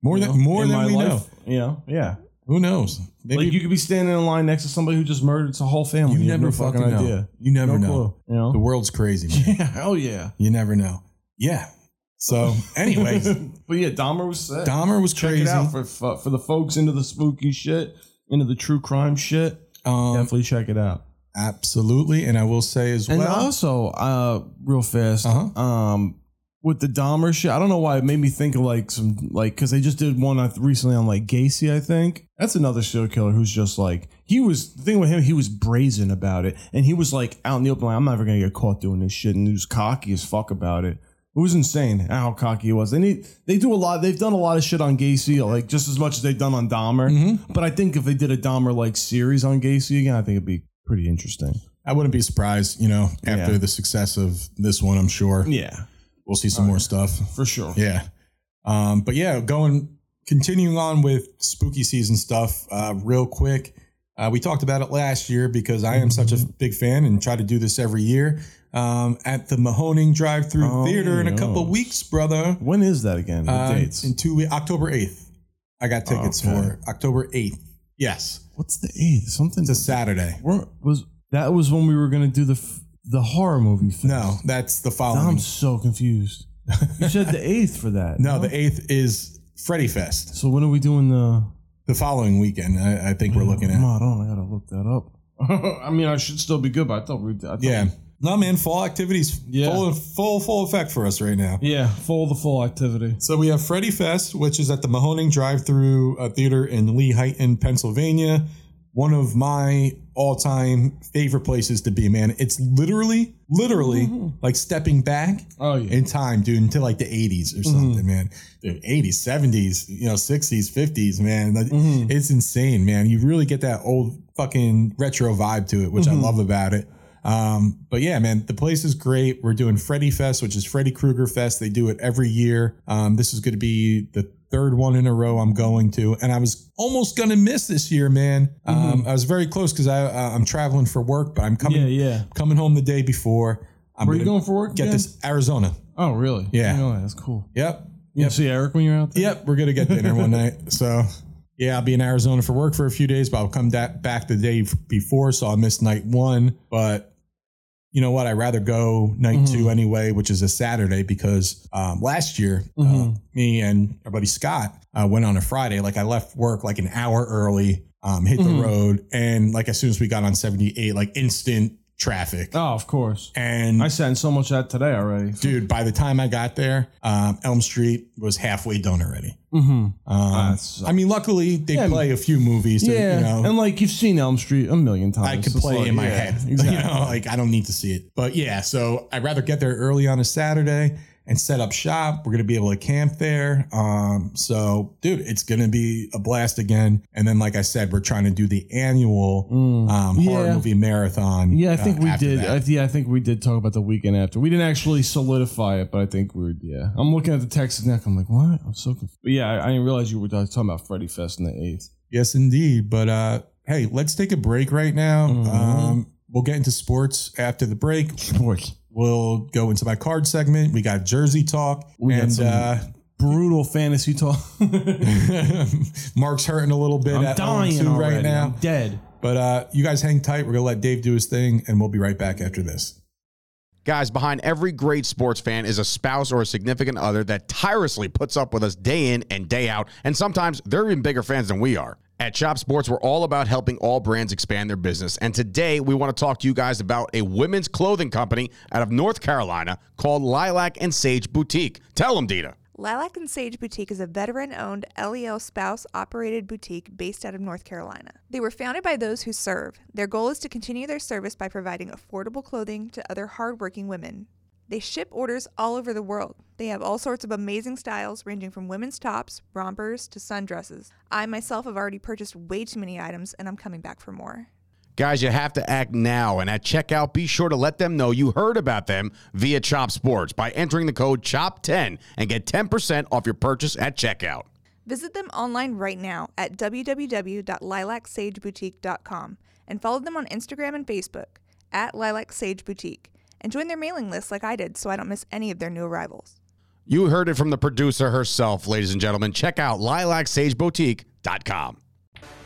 [SPEAKER 10] more
[SPEAKER 11] you
[SPEAKER 10] than
[SPEAKER 11] know,
[SPEAKER 10] more
[SPEAKER 11] in
[SPEAKER 10] than
[SPEAKER 11] my
[SPEAKER 10] we
[SPEAKER 11] life.
[SPEAKER 10] know.
[SPEAKER 11] You know, yeah.
[SPEAKER 10] Who knows? Maybe
[SPEAKER 11] like you could be standing in line next to somebody who just murdered a whole family.
[SPEAKER 10] you,
[SPEAKER 11] have
[SPEAKER 10] never
[SPEAKER 11] no
[SPEAKER 10] fucking know. You never
[SPEAKER 11] No
[SPEAKER 10] know.
[SPEAKER 11] clue. You know?
[SPEAKER 10] The world's crazy, man.
[SPEAKER 11] Yeah, hell yeah.
[SPEAKER 10] you never know. Yeah. So, anyways,
[SPEAKER 11] but yeah, Dahmer was sick.
[SPEAKER 10] Dahmer was
[SPEAKER 11] Check
[SPEAKER 10] crazy.
[SPEAKER 11] it out for fo- for the folks into the spooky shit, into the true crime shit.
[SPEAKER 10] um,
[SPEAKER 11] Definitely check it out.
[SPEAKER 10] absolutely, and I will say as
[SPEAKER 11] And
[SPEAKER 10] well.
[SPEAKER 11] also, uh, real fast,
[SPEAKER 10] Uh-huh.
[SPEAKER 11] um, with the Dahmer shit, I don't know why it made me think of like some like because they just did one I th- recently on like Gacy. I think that's another serial killer who's just like he was. The thing with him, he was brazen about it, and he was like out in the open, like I'm never gonna get caught doing this shit, and he was cocky as fuck about it. It was insane how cocky he was. They need they do a lot. They've done a lot of shit on Gacy, like just as much as they've done on Dahmer.
[SPEAKER 10] Mm-hmm.
[SPEAKER 11] But I think if they did a Dahmer like series on Gacy again, I think it'd be pretty interesting.
[SPEAKER 10] I wouldn't be surprised, you know, after
[SPEAKER 11] Yeah.
[SPEAKER 10] the success of this one, I'm sure.
[SPEAKER 11] Yeah,
[SPEAKER 10] We'll see some more stuff.
[SPEAKER 11] for sure.
[SPEAKER 10] Yeah. Um, but yeah, going continuing on with spooky season stuff, uh, real quick. Uh, we talked about it last year because I am such a
[SPEAKER 11] Mm-hmm.
[SPEAKER 10] big fan and try to do this every year. Um, at the Mahoning Drive Through
[SPEAKER 11] Oh,
[SPEAKER 10] Theater in a couple
[SPEAKER 11] yes.
[SPEAKER 10] weeks, brother.
[SPEAKER 11] When is that again? The
[SPEAKER 10] Uh,
[SPEAKER 11] dates. Oh,
[SPEAKER 10] in two weeks, October 8th. I got tickets
[SPEAKER 11] Okay.
[SPEAKER 10] for October 8th. Yes.
[SPEAKER 11] What's the eighth? Something.
[SPEAKER 10] It's a Saturday.
[SPEAKER 11] We're- was that was when we were gonna do the f- the horror movie? First.
[SPEAKER 10] No, that's the
[SPEAKER 11] Now
[SPEAKER 10] following.
[SPEAKER 11] I'm so confused. You said the eighth for that.
[SPEAKER 10] No, the 8th is Freddy Fest.
[SPEAKER 11] So when are we doing the?
[SPEAKER 10] The following weekend, I, I think we're looking at.
[SPEAKER 11] Come on, I gotta look that up. I mean, I should still be good, but I thought we. I thought
[SPEAKER 10] Yeah. No, man, fall activities
[SPEAKER 11] Yeah.
[SPEAKER 10] full, full, full effect for us right now.
[SPEAKER 11] yeah. Full the full activity.
[SPEAKER 10] So we have Freddy Fest, which is at the Mahoning Drive-Through uh, Theater in Lee Heighton, Pennsylvania. One of my all-time favorite places to be, man. It's literally, literally
[SPEAKER 11] Mm-hmm.
[SPEAKER 10] like stepping back
[SPEAKER 11] Oh yeah. Mm-hmm.
[SPEAKER 10] in time, dude, until like the 80s or something, man. Dude, 80s, 70s, you know, 60s, 50s, man. Like,
[SPEAKER 11] Mm-hmm.
[SPEAKER 10] It's insane, man. You really get that old fucking retro vibe to it, which
[SPEAKER 11] Mm-hmm.
[SPEAKER 10] I love about it. Um, but yeah, man, the place is great. We're doing Freddy Fest, which is Freddy Krueger Fest. They do it every year. Um, this is going to be the third one in a row I'm going to, and I was almost gonna miss this year, man. Um, I was very close because I uh, I'm traveling for work, but I'm coming
[SPEAKER 11] Mm-hmm. Yeah, yeah.
[SPEAKER 10] coming home the day before. I'm
[SPEAKER 11] Where you
[SPEAKER 10] gonna
[SPEAKER 11] going for work
[SPEAKER 10] Get
[SPEAKER 11] again?
[SPEAKER 10] this Arizona.
[SPEAKER 11] Oh, really?
[SPEAKER 10] Yeah.
[SPEAKER 11] You know, that's cool.
[SPEAKER 10] Yep,
[SPEAKER 11] You see Eric when you're out there?
[SPEAKER 10] yep. We're gonna get dinner one night. So yeah, I'll be in Arizona for work for a few days, but I'll come da- back the day f- before, so I missed night one. But you know what? I'd rather go night two anyway, which is a Saturday, because um, last year uh, me and our buddy Scott uh, went on a Friday. Like I left work like an hour early, um, hit the road, and like as soon as we got on seventy eight, like instant traffic.
[SPEAKER 11] Oh, of course.
[SPEAKER 10] And
[SPEAKER 11] I sent so much of that today already.
[SPEAKER 10] dude, by the time I got there, um, Elm Street was halfway done already.
[SPEAKER 11] Mm-hmm.
[SPEAKER 10] Um,
[SPEAKER 11] That's-
[SPEAKER 10] I mean, luckily they
[SPEAKER 11] Yeah,
[SPEAKER 10] play a few movies. To,
[SPEAKER 11] yeah.
[SPEAKER 10] you know,
[SPEAKER 11] and like you've seen Elm Street a million times.
[SPEAKER 10] I could
[SPEAKER 11] It's
[SPEAKER 10] play
[SPEAKER 11] like-
[SPEAKER 10] in my
[SPEAKER 11] yeah,
[SPEAKER 10] head.
[SPEAKER 11] Exactly.
[SPEAKER 10] You know, like I don't need to see it. But yeah, so I'd rather get there early on a Saturday and set up shop. We're gonna be able to camp there. Um, so dude, it's gonna be a blast again. And then, like I said, we're trying to do the annual um, horror
[SPEAKER 11] Mm. Yeah.
[SPEAKER 10] movie marathon.
[SPEAKER 11] Yeah, I
[SPEAKER 10] uh,
[SPEAKER 11] think we
[SPEAKER 10] after
[SPEAKER 11] did.
[SPEAKER 10] that.
[SPEAKER 11] I, th- yeah, I think we did talk about the weekend after. We didn't actually solidify it, but I think we're yeah. I'm looking at the Texas neck. I'm like, what? I'm so confused. But yeah, I, I didn't realize you were talking about Freddy Fest in the eighth.
[SPEAKER 10] Yes, indeed. But uh, hey, let's take a break right now.
[SPEAKER 11] Mhm.
[SPEAKER 10] Um, we'll get into sports after the break.
[SPEAKER 11] Sports.
[SPEAKER 10] We'll go into my card segment. We got jersey talk
[SPEAKER 11] We got
[SPEAKER 10] and
[SPEAKER 11] some- Brutal fantasy talk. I'm
[SPEAKER 10] uh, Mark's hurting a little bit. at home,
[SPEAKER 11] dying
[SPEAKER 10] too,
[SPEAKER 11] already.
[SPEAKER 10] right now.
[SPEAKER 11] I'm dead.
[SPEAKER 10] But uh, you guys hang tight. We're gonna let Dave do his thing, and we'll be right back after this.
[SPEAKER 5] Guys, behind every great sports fan is a spouse or a significant other that tirelessly puts up with us day in and day out, and sometimes they're even bigger fans than we are. At Shop Sports, we're all about helping all brands expand their business. And today, we want to talk to you guys about a women's clothing company out of North Carolina called Lilac and Sage Boutique. Tell them, Dita.
[SPEAKER 12] Lilac and Sage Boutique is a veteran owned LEL spouse operated boutique based out of North Carolina. They were founded by those who serve. Their goal is to continue their service by providing affordable clothing to other hardworking women. They ship orders all over the world. They have all sorts of amazing styles, ranging from women's tops, rompers, to sundresses. I myself have already purchased way too many items, and I'm coming back for more.
[SPEAKER 5] Guys, you have to act now. And at checkout, be sure to let them know you heard about them via Chop Sports by entering the code CHOP10 and get 10% off your purchase at checkout.
[SPEAKER 12] Visit them online right now at www.lilacsageboutique.com and follow them on Instagram and Facebook at Lilac Sage Boutique and join their mailing list like I did so I don't miss any of their new arrivals.
[SPEAKER 5] You heard it from the producer herself, ladies and gentlemen. Check out lilacsageboutique.com.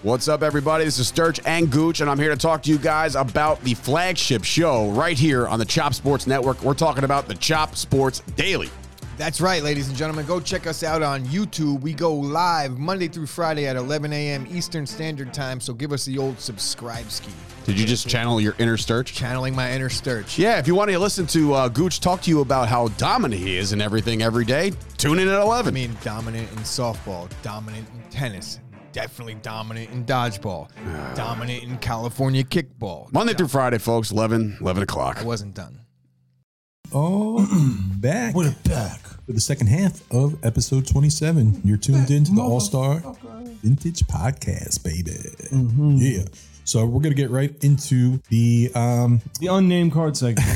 [SPEAKER 5] What's up, everybody? This is Sturch and Gooch, and I'm here to talk to you guys about the flagship show right here on the Chop Sports Network. We're talking about the Chop Sports Daily.
[SPEAKER 3] That's right, ladies and gentlemen. Go check us out on YouTube. We go live Monday through Friday at 11 a.m. Eastern Standard Time. So give us the old subscribe ski.
[SPEAKER 5] Did you just channel your inner Sturch?
[SPEAKER 3] Channeling my inner Sturch.
[SPEAKER 5] Yeah, if you want to listen to uh, Gooch talk to you about how dominant he is in everything every day, tune in at 11.
[SPEAKER 3] I mean, dominant in softball, dominant in tennis, definitely dominant in dodgeball, dominant in California kickball.
[SPEAKER 5] Monday through Friday, folks, 11, 11 o'clock.
[SPEAKER 3] I wasn't done.
[SPEAKER 10] Oh, back
[SPEAKER 11] We're back.
[SPEAKER 10] for the second half of episode twenty-seven. You're tuned in to the All Star Vintage Podcast, baby.
[SPEAKER 11] Mm-hmm.
[SPEAKER 10] Yeah. So we're gonna get right into the. Um,
[SPEAKER 11] The unnamed card segment.
[SPEAKER 10] I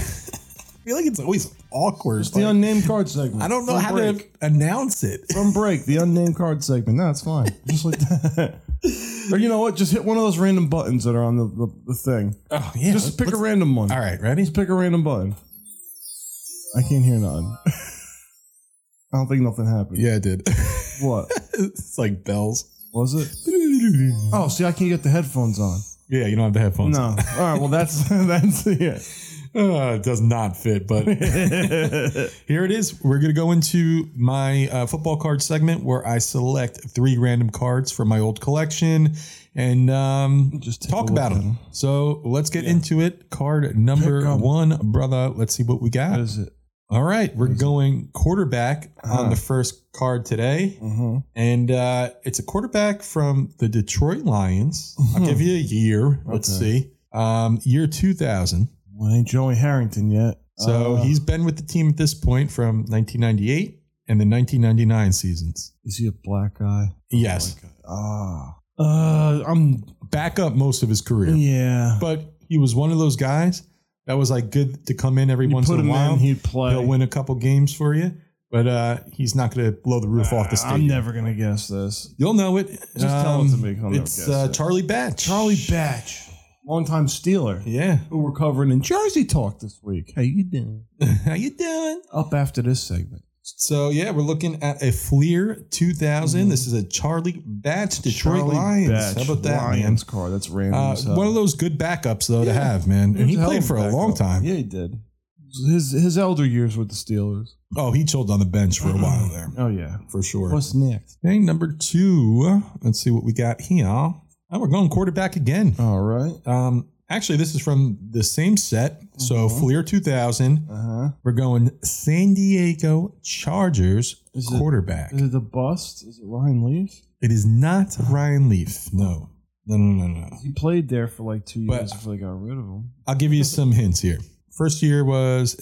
[SPEAKER 10] feel like it's always awkward.
[SPEAKER 11] It's the
[SPEAKER 10] like,
[SPEAKER 11] unnamed card segment.
[SPEAKER 10] I don't know
[SPEAKER 11] From
[SPEAKER 10] how
[SPEAKER 11] break.
[SPEAKER 10] to announce it.
[SPEAKER 11] From break, the unnamed card segment. No, it's fine. Just like that. or you know what? Just hit one of those random buttons that are on the, the, the thing.
[SPEAKER 10] Oh yeah.
[SPEAKER 11] Just pick a
[SPEAKER 10] let's-
[SPEAKER 11] random one.
[SPEAKER 10] All right, ready?
[SPEAKER 11] Just pick a random button. I can't hear none. I don't think nothing happened.
[SPEAKER 10] Yeah, I did.
[SPEAKER 11] What
[SPEAKER 10] it's like bells.
[SPEAKER 11] was it? Oh, see, I can get the headphones on.
[SPEAKER 10] Yeah, you don't have the headphones.
[SPEAKER 11] No. All right. Well, that's that's yeah.
[SPEAKER 10] Uh, it does not fit, but here it is. We're going to go into my uh, football card segment where I select three random cards from my old collection and um,
[SPEAKER 11] Just take a
[SPEAKER 10] talk
[SPEAKER 11] look
[SPEAKER 10] about
[SPEAKER 11] at
[SPEAKER 10] them.
[SPEAKER 11] them.
[SPEAKER 10] So let's get into it. Card number
[SPEAKER 11] Pick 'em.
[SPEAKER 10] one, brother. Let's see what we
[SPEAKER 11] What
[SPEAKER 10] got.
[SPEAKER 11] is it?
[SPEAKER 10] All right, we're going quarterback on
[SPEAKER 11] Uh-huh.
[SPEAKER 10] the first card today.
[SPEAKER 11] Mhm.
[SPEAKER 10] And uh, it's a quarterback from the Detroit Lions.
[SPEAKER 11] Hmm.
[SPEAKER 10] I'll give you a year. Let's see. Um, year 2000.
[SPEAKER 11] Well, ain't Joey Harrington yet?
[SPEAKER 10] So
[SPEAKER 11] Uh,
[SPEAKER 10] he's been with the team at this point from 1998 and the 1999 seasons.
[SPEAKER 11] is he a black guy? Oh,
[SPEAKER 10] Yes.
[SPEAKER 11] Ah. Uh, I'm
[SPEAKER 10] Back up most of his career.
[SPEAKER 11] yeah.
[SPEAKER 10] But he was one of those guys that was like good to come in every
[SPEAKER 11] you
[SPEAKER 10] once
[SPEAKER 11] put
[SPEAKER 10] in
[SPEAKER 11] him
[SPEAKER 10] a while.
[SPEAKER 11] in, he'd play.
[SPEAKER 10] He'll win a couple games for you. But uh, he's not going to blow the roof off the stadium.
[SPEAKER 11] I'm never gonna guess this.
[SPEAKER 10] You'll know it.
[SPEAKER 11] Just tell it to me. I'll never
[SPEAKER 10] It's
[SPEAKER 11] guess
[SPEAKER 10] uh,
[SPEAKER 11] it.
[SPEAKER 10] Charlie Batch.
[SPEAKER 11] Charlie Batch, longtime Steeler,
[SPEAKER 10] Yeah.
[SPEAKER 11] who we're covering in Jersey Talk this week. How you doing?
[SPEAKER 10] How you doing?
[SPEAKER 11] Up after this segment.
[SPEAKER 10] So yeah, we're looking at a Fleer 2000. This is a Charlie Batch Detroit
[SPEAKER 11] Mm-hmm. Charlie
[SPEAKER 10] Lions.
[SPEAKER 11] Batch,
[SPEAKER 10] How about that,
[SPEAKER 11] Lions car. That's
[SPEAKER 10] man?
[SPEAKER 11] random.
[SPEAKER 10] Uh,
[SPEAKER 11] as hell.
[SPEAKER 10] one of those good backups though to
[SPEAKER 11] Yeah.
[SPEAKER 10] have, man.
[SPEAKER 11] It was
[SPEAKER 10] And he
[SPEAKER 11] hell
[SPEAKER 10] played
[SPEAKER 11] of a
[SPEAKER 10] for a
[SPEAKER 11] backup.
[SPEAKER 10] long time.
[SPEAKER 11] Yeah, he did. His his elder years with the Steelers.
[SPEAKER 10] Oh, he chilled on the bench for a while there,
[SPEAKER 11] Oh yeah.
[SPEAKER 10] for sure.
[SPEAKER 11] What's next?
[SPEAKER 10] Okay, number two. Let's see what we got here. Oh, we're going quarterback again.
[SPEAKER 11] All right.
[SPEAKER 10] Um, actually, this is from the same set. So
[SPEAKER 11] Mm-hmm.
[SPEAKER 10] Fleer 2000.
[SPEAKER 11] Uh huh.
[SPEAKER 10] We're going San Diego Chargers
[SPEAKER 11] Is it-
[SPEAKER 10] quarterback.
[SPEAKER 11] Is it the bust? Is it Ryan Leaf?
[SPEAKER 10] It is not Ryan Leaf. No. No, no, no, no.
[SPEAKER 11] He played there for like two
[SPEAKER 10] But-
[SPEAKER 11] years before they got rid of him.
[SPEAKER 10] I'll give you some hints here. First year was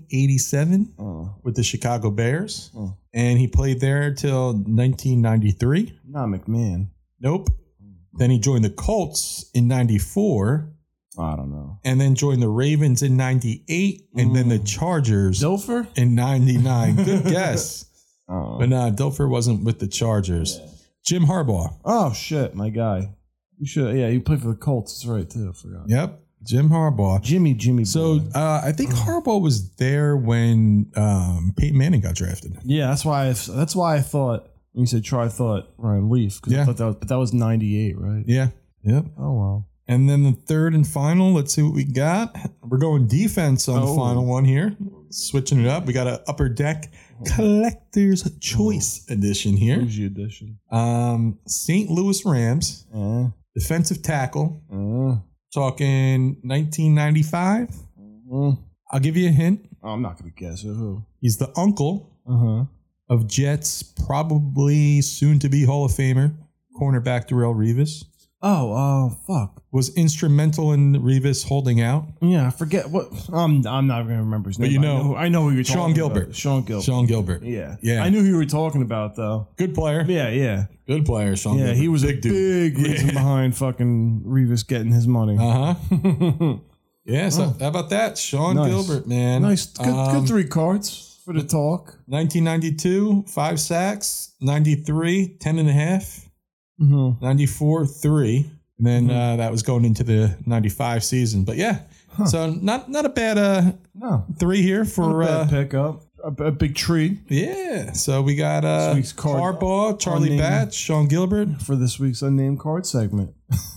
[SPEAKER 10] 1987
[SPEAKER 11] Oh,
[SPEAKER 10] with the Chicago Bears,
[SPEAKER 11] Oh.
[SPEAKER 10] and he played there till 1993.
[SPEAKER 11] not McMahon.
[SPEAKER 10] Nope. Then he joined the Colts in 94,
[SPEAKER 11] Oh, I don't know.
[SPEAKER 10] and then joined the Ravens in 98, and then the Chargers
[SPEAKER 11] Dilfer?
[SPEAKER 10] in 99. Good guess.
[SPEAKER 11] Oh.
[SPEAKER 10] But nah, Dilfer wasn't with the Chargers. Jim Harbaugh.
[SPEAKER 11] oh shit, my guy. You should. Yeah, you played for the Colts. That's right too. I forgot.
[SPEAKER 10] Yep. Jim Harbaugh.
[SPEAKER 11] Jimmy, Jimmy.
[SPEAKER 10] So
[SPEAKER 11] Boy.
[SPEAKER 10] uh, I think
[SPEAKER 11] Mm-hmm.
[SPEAKER 10] Harbaugh was there when um, Peyton Manning got drafted.
[SPEAKER 11] yeah, that's why. I, that's why I thought when you said try, I thought Ryan Leaf. 'cause
[SPEAKER 10] Yeah.
[SPEAKER 11] I thought that was, but that was '98, right?
[SPEAKER 10] Yeah. Yep.
[SPEAKER 11] Oh wow.
[SPEAKER 10] And then the third and final, let's see what we got. We're going defense on the
[SPEAKER 11] Oh.
[SPEAKER 10] final one here. Switching it up. We got a upper deck collector's choice edition here.
[SPEAKER 11] Oh. Who's the edition?
[SPEAKER 10] Um, St. Louis Rams,
[SPEAKER 11] Uh,
[SPEAKER 10] defensive tackle,
[SPEAKER 11] uh,
[SPEAKER 10] talking 1995.
[SPEAKER 11] uh.
[SPEAKER 10] I'll give you a hint.
[SPEAKER 11] Oh, I'm not gonna guess it. Who?
[SPEAKER 10] He's the uncle
[SPEAKER 11] Uh huh.
[SPEAKER 10] of Jets, probably soon to be Hall of Famer, cornerback Darrell Revis.
[SPEAKER 11] Oh, oh, fuck.
[SPEAKER 10] was instrumental in Revis holding out.
[SPEAKER 11] Yeah, I forget what. I'm. I'm not gonna remember his name.
[SPEAKER 10] But you
[SPEAKER 11] I
[SPEAKER 10] know-
[SPEAKER 11] who- I know who you're
[SPEAKER 10] Sean
[SPEAKER 11] talking about.
[SPEAKER 10] Gilbert.
[SPEAKER 11] Sean Gilbert.
[SPEAKER 10] Sean Gilbert.
[SPEAKER 11] Yeah.
[SPEAKER 10] Yeah.
[SPEAKER 11] I knew who you were talking about though.
[SPEAKER 10] Good player.
[SPEAKER 11] Yeah, yeah.
[SPEAKER 10] Good player, Sean
[SPEAKER 11] Yeah,
[SPEAKER 10] Gilbert.
[SPEAKER 11] he was a big
[SPEAKER 10] Yeah.
[SPEAKER 11] reason behind fucking Revis getting his money.
[SPEAKER 10] Uh huh. yeah. So how about that, Sean
[SPEAKER 11] Oh. Nice.
[SPEAKER 10] Gilbert, man?
[SPEAKER 11] nice. Good,
[SPEAKER 10] Um,
[SPEAKER 11] good three cards for the talk.
[SPEAKER 10] 1992, five sacks. 93, 10 and a half. Mm-hmm. 94, three. And then
[SPEAKER 11] Mm-hmm.
[SPEAKER 10] uh, that was going into the 95 season. But yeah. So not not a bad uh
[SPEAKER 11] No.
[SPEAKER 10] three here for
[SPEAKER 11] Bad
[SPEAKER 10] uh
[SPEAKER 11] pickup. A, a big tree
[SPEAKER 10] yeah. So we got uh
[SPEAKER 11] This week's card-
[SPEAKER 10] Harbaugh, Charlie
[SPEAKER 11] unnamed.
[SPEAKER 10] Batch, Sean Gilbert.
[SPEAKER 11] for this week's unnamed card segment.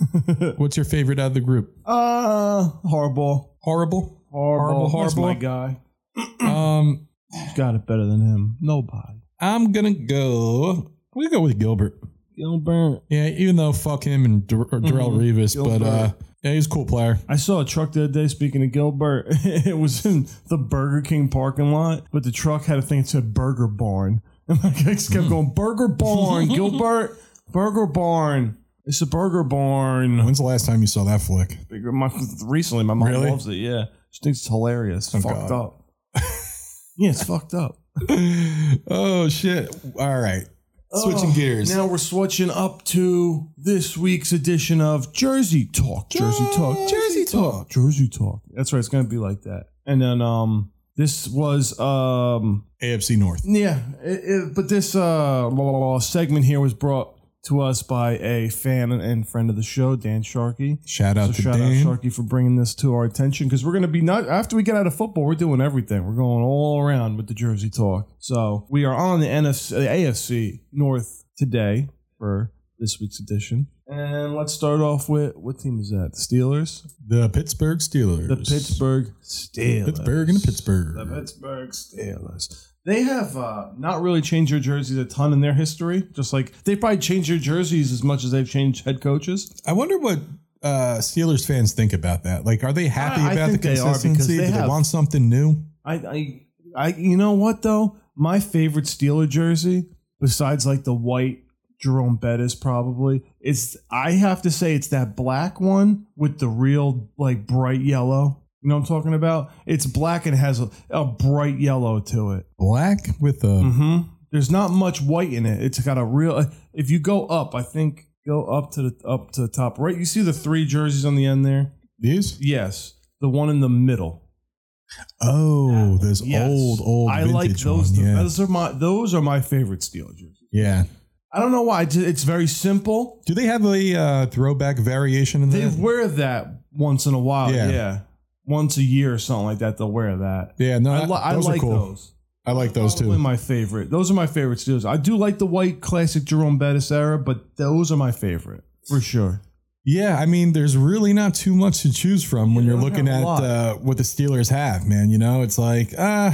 [SPEAKER 10] What's your favorite out of the group?
[SPEAKER 11] Uh, Harbaugh.
[SPEAKER 10] Horrible.
[SPEAKER 11] Harbaugh.
[SPEAKER 10] Horrible,
[SPEAKER 11] That's my
[SPEAKER 10] Harbaugh.
[SPEAKER 11] guy.
[SPEAKER 10] Um,
[SPEAKER 11] Who's got it better than him? Nobody.
[SPEAKER 10] I'm gonna go. We go with Gilbert. Mm-hmm.
[SPEAKER 11] Gilbert.
[SPEAKER 10] Yeah, even though fuck him and Dar- or Darrell Revis,
[SPEAKER 11] Gilbert.
[SPEAKER 10] but uh, yeah, he's a cool player.
[SPEAKER 11] I saw a truck the other day. Speaking of Gilbert, it was in the Burger King parking lot, but the truck had a thing that said Burger Barn, and my guy just
[SPEAKER 10] Hmm.
[SPEAKER 11] kept going Burger Barn, Gilbert, Burger Barn. It's a Burger Barn.
[SPEAKER 10] When's the last time you saw that flick?
[SPEAKER 11] My, recently, my mom
[SPEAKER 10] Really?
[SPEAKER 11] loves it. Yeah, she thinks it's hilarious.
[SPEAKER 10] Oh,
[SPEAKER 11] fucked
[SPEAKER 10] God.
[SPEAKER 11] up. yeah, it's fucked up.
[SPEAKER 10] oh shit! All right, switching
[SPEAKER 11] Oh,
[SPEAKER 10] gears.
[SPEAKER 11] Now we're switching up to this week's edition of Jersey Talk. Jersey Talk.
[SPEAKER 10] Jersey Talk.
[SPEAKER 11] Jersey Talk. That's right. It's gonna be like that. And then um, this was um,
[SPEAKER 10] AFC North.
[SPEAKER 11] yeah. it- it- but this uh la, la, la, segment here was brought to us by a fan and friend of the show, Dan Sharkey.
[SPEAKER 10] Shout out
[SPEAKER 11] So
[SPEAKER 10] to
[SPEAKER 11] shout
[SPEAKER 10] Dan.
[SPEAKER 11] out Sharky for bringing this to our attention because we're going to be not after we get out of football. We're doing everything. We're going all around with the Jersey talk. So we are on the NFC, the AFC North today for this week's edition. And let's start off with what team is that? The Steelers,
[SPEAKER 10] the Pittsburgh Steelers.
[SPEAKER 11] the Pittsburgh Steelers,
[SPEAKER 10] Pittsburgh and the Pittsburgh.
[SPEAKER 11] the Pittsburgh Steelers. They have uh, not really changed their jerseys a ton in their history. Just like they probably changed their jerseys as much as they've changed head coaches.
[SPEAKER 10] I wonder what uh, Steelers fans think about that. Like, are they happy
[SPEAKER 11] I- I
[SPEAKER 10] about the
[SPEAKER 11] think they are because
[SPEAKER 10] consistency?
[SPEAKER 11] they
[SPEAKER 10] Do they
[SPEAKER 11] have-
[SPEAKER 10] want something new?
[SPEAKER 11] I, I, I, you know what though? My favorite Steeler jersey, besides like the white Jerome Bettis, probably it's. I have to say it's that black one with the real like bright yellow. You know what I'm talking about? It's black and has a, a bright yellow to it.
[SPEAKER 10] Black with uh, a
[SPEAKER 11] hmm There's not much white in it. It's got a real. uh, If you go up, I think go up to the up to the top right. You see the three jerseys on the end there.
[SPEAKER 10] these.
[SPEAKER 11] Yes, the one in the middle.
[SPEAKER 10] Oh, those
[SPEAKER 11] Yes.
[SPEAKER 10] old old.
[SPEAKER 11] I like
[SPEAKER 10] vintage
[SPEAKER 11] those.
[SPEAKER 10] one,
[SPEAKER 11] the-
[SPEAKER 10] yeah.
[SPEAKER 11] Those are my those are my favorite Steelers jerseys.
[SPEAKER 10] yeah.
[SPEAKER 11] I don't know why. It's- It's very simple.
[SPEAKER 10] Do they have a uh, throwback variation in
[SPEAKER 11] They
[SPEAKER 10] there?
[SPEAKER 11] wear that once in a while.
[SPEAKER 10] Yeah.
[SPEAKER 11] Yeah. Once a year or something like that, they'll wear that.
[SPEAKER 10] Yeah, no,
[SPEAKER 11] I, li- I
[SPEAKER 10] those are
[SPEAKER 11] like
[SPEAKER 10] cool.
[SPEAKER 11] those.
[SPEAKER 10] I like those
[SPEAKER 11] Probably
[SPEAKER 10] too.
[SPEAKER 11] my favorite. Those are my favorite Steelers. I do like the white classic Jerome Bettis era, but those are my favorite for sure.
[SPEAKER 10] Yeah, I mean, there's really not too much to choose from when you're
[SPEAKER 11] don't
[SPEAKER 10] looking
[SPEAKER 11] have a
[SPEAKER 10] at
[SPEAKER 11] lot.
[SPEAKER 10] uh, what the Steelers have, man. You know, it's like, uh,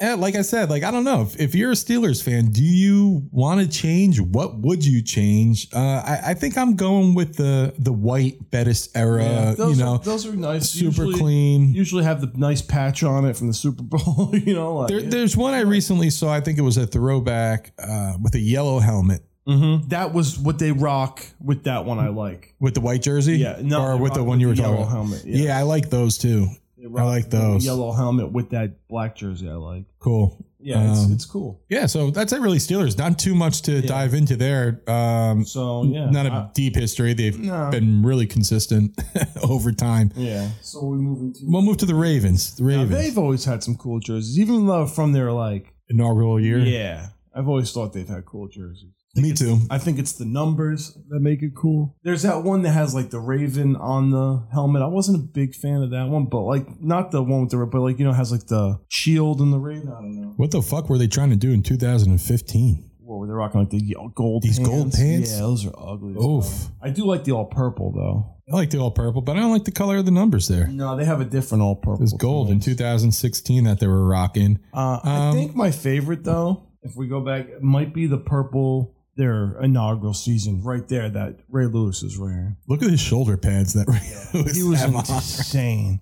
[SPEAKER 10] eh, like I said, like I don't know if, if you're a Steelers fan, do you want to change? What would you change? Uh, I, I think I'm going with the the white Bettis era.
[SPEAKER 11] those
[SPEAKER 10] you know,
[SPEAKER 11] are, those are nice.
[SPEAKER 10] super
[SPEAKER 11] Usually-
[SPEAKER 10] clean.
[SPEAKER 11] Usually have the nice patch on it from the Super Bowl. you know, like
[SPEAKER 10] There, there's one I recently saw. I think it was a throwback uh, with a yellow helmet
[SPEAKER 11] Mhm. that was what they rock with that one. I like.
[SPEAKER 10] with the white jersey.
[SPEAKER 11] Yeah, no,
[SPEAKER 10] or
[SPEAKER 11] they
[SPEAKER 10] with the
[SPEAKER 11] rock
[SPEAKER 10] one you were
[SPEAKER 11] with the
[SPEAKER 10] talking
[SPEAKER 11] yellow
[SPEAKER 10] about.
[SPEAKER 11] helmet,
[SPEAKER 10] Yeah.
[SPEAKER 11] yeah.
[SPEAKER 10] I like those too.
[SPEAKER 11] They
[SPEAKER 10] I
[SPEAKER 11] rock
[SPEAKER 10] like
[SPEAKER 11] the
[SPEAKER 10] those.
[SPEAKER 11] yellow helmet with that black jersey. I like.
[SPEAKER 10] Cool.
[SPEAKER 11] Yeah, it's,
[SPEAKER 10] Um,
[SPEAKER 11] it's cool.
[SPEAKER 10] Yeah, so that's it really Steelers. Not too much to dive into there. Um,
[SPEAKER 11] So yeah,
[SPEAKER 10] not a
[SPEAKER 11] I-
[SPEAKER 10] deep history. They've
[SPEAKER 11] No.
[SPEAKER 10] been really consistent over time.
[SPEAKER 11] yeah. So we move into.
[SPEAKER 10] We'll move to the Ravens. The
[SPEAKER 11] Now,
[SPEAKER 10] Ravens
[SPEAKER 11] they've always had some cool jerseys, even though from their like.
[SPEAKER 10] inaugural year.
[SPEAKER 11] Yeah, I've always thought they've had cool jerseys.
[SPEAKER 10] me too.
[SPEAKER 11] I think it's the numbers that make it cool. There's that one that has like the raven on the helmet. I wasn't a big fan of that one, but like not the one with the but like you know has like the shield and the raven. I don't know.
[SPEAKER 10] What the fuck were they trying to do in 2015?
[SPEAKER 11] What were they rocking? Like the ye- gold
[SPEAKER 10] These
[SPEAKER 11] pants?
[SPEAKER 10] gold pants?
[SPEAKER 11] Yeah, those are ugly. as
[SPEAKER 10] Oof.
[SPEAKER 11] hell. I do like the all purple though.
[SPEAKER 10] I like the all purple, but I don't like the color of the numbers there.
[SPEAKER 11] No, they have a different all
[SPEAKER 10] It
[SPEAKER 11] purple.
[SPEAKER 10] was gold in 2016 that they were rocking.
[SPEAKER 11] Uh, I
[SPEAKER 10] Um,
[SPEAKER 11] think my favorite though, if we go back, might be the purple. Their inaugural season, right there, that Ray Lewis is wearing.
[SPEAKER 10] Look at his shoulder pads that
[SPEAKER 11] He was
[SPEAKER 10] have on.
[SPEAKER 11] insane.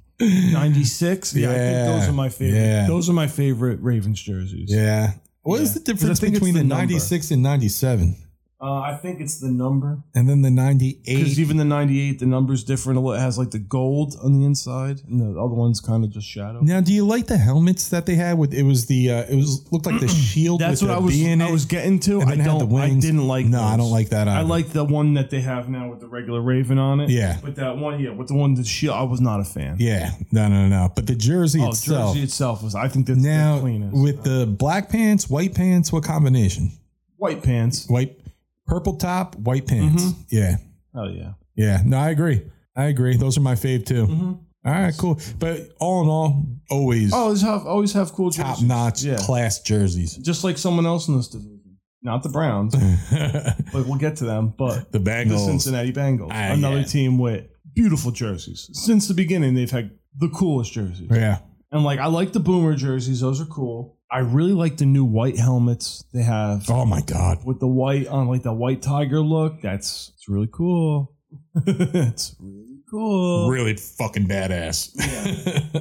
[SPEAKER 11] 96? Yeah, I
[SPEAKER 10] Yeah,
[SPEAKER 11] think those are my favorite.
[SPEAKER 10] yeah.
[SPEAKER 11] Those are my favorite Ravens jerseys.
[SPEAKER 10] Yeah. What is
[SPEAKER 11] Yeah.
[SPEAKER 10] the
[SPEAKER 11] 'Cause I
[SPEAKER 10] difference
[SPEAKER 11] think it's
[SPEAKER 10] between
[SPEAKER 11] the
[SPEAKER 10] the
[SPEAKER 11] number.
[SPEAKER 10] 96 and 97?
[SPEAKER 11] Uh, I think it's the number.
[SPEAKER 10] And then the 98.
[SPEAKER 11] Because even the 98, the number's different. It has like the gold on the inside, and the other one's kind of just shadow.
[SPEAKER 10] Now, do you like the helmets that they had with? It was the uh, it was looked like the shield.
[SPEAKER 11] That's
[SPEAKER 10] with
[SPEAKER 11] what I
[SPEAKER 10] the
[SPEAKER 11] was
[SPEAKER 10] V in
[SPEAKER 11] I
[SPEAKER 10] it,
[SPEAKER 11] was getting
[SPEAKER 10] and
[SPEAKER 11] to.
[SPEAKER 10] then
[SPEAKER 11] I
[SPEAKER 10] had the
[SPEAKER 11] don't I
[SPEAKER 10] wings.
[SPEAKER 11] didn't like
[SPEAKER 10] No, I
[SPEAKER 11] those.
[SPEAKER 10] don't like that. Either.
[SPEAKER 11] I like the one that they have now with the regular Raven on it.
[SPEAKER 10] Yeah.
[SPEAKER 11] But that one, yeah, with the one that shield, I was not a fan.
[SPEAKER 10] Yeah, no, no, no. But the jersey
[SPEAKER 11] Oh,
[SPEAKER 10] itself.
[SPEAKER 11] jersey itself was I think that's
[SPEAKER 10] now
[SPEAKER 11] the cleanest.
[SPEAKER 10] with the black pants, white pants, what combination?
[SPEAKER 11] white pants.
[SPEAKER 10] White, purple top, white pants. Yeah,
[SPEAKER 11] Oh yeah.
[SPEAKER 10] yeah. No, I agree. I agree. Those are my fave too.
[SPEAKER 11] Mm-hmm.
[SPEAKER 10] All right, cool. But all in all, always
[SPEAKER 11] Always have always have cool
[SPEAKER 10] top
[SPEAKER 11] jerseys.
[SPEAKER 10] notch
[SPEAKER 11] Oh, Yeah.
[SPEAKER 10] class jerseys.
[SPEAKER 11] just like someone else in this division. Not the Browns,
[SPEAKER 10] the
[SPEAKER 11] but we'll get to them. But the
[SPEAKER 10] Bengals.
[SPEAKER 11] Cincinnati Bengals,
[SPEAKER 10] Ah,
[SPEAKER 11] another
[SPEAKER 10] yeah.
[SPEAKER 11] team with beautiful jerseys. Since the beginning, they've had the coolest jerseys.
[SPEAKER 10] yeah.
[SPEAKER 11] And like, I like the Boomer jerseys; those are cool. I really like the new white helmets they have
[SPEAKER 10] Oh my god.
[SPEAKER 11] with the white on, like the white tiger look. That's it's really cool. it's really cool.
[SPEAKER 10] really fucking badass.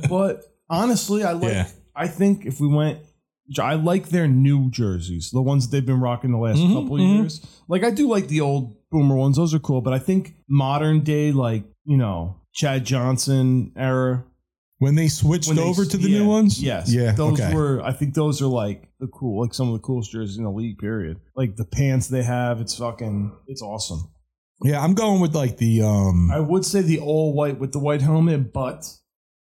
[SPEAKER 11] But honestly, I like.
[SPEAKER 10] Yeah.
[SPEAKER 11] I think if we went, I like their new jerseys, the ones that they've been rocking the last
[SPEAKER 10] Mhm,
[SPEAKER 11] couple
[SPEAKER 10] mhm.
[SPEAKER 11] years. Like I do like the old boomer ones; those are cool. But I think modern day, like you know, Chad Johnson era.
[SPEAKER 10] when they switched
[SPEAKER 11] when they-
[SPEAKER 10] over to the
[SPEAKER 11] yeah,
[SPEAKER 10] new ones,
[SPEAKER 11] yes,
[SPEAKER 10] yeah,
[SPEAKER 11] Those
[SPEAKER 10] okay.
[SPEAKER 11] were, I think, those are like the cool, like some of the coolest jerseys in the league. Period. Like the pants they have, it's fucking, it's awesome.
[SPEAKER 10] yeah. I'm going with like the um,
[SPEAKER 11] I would say the all white with the white helmet, but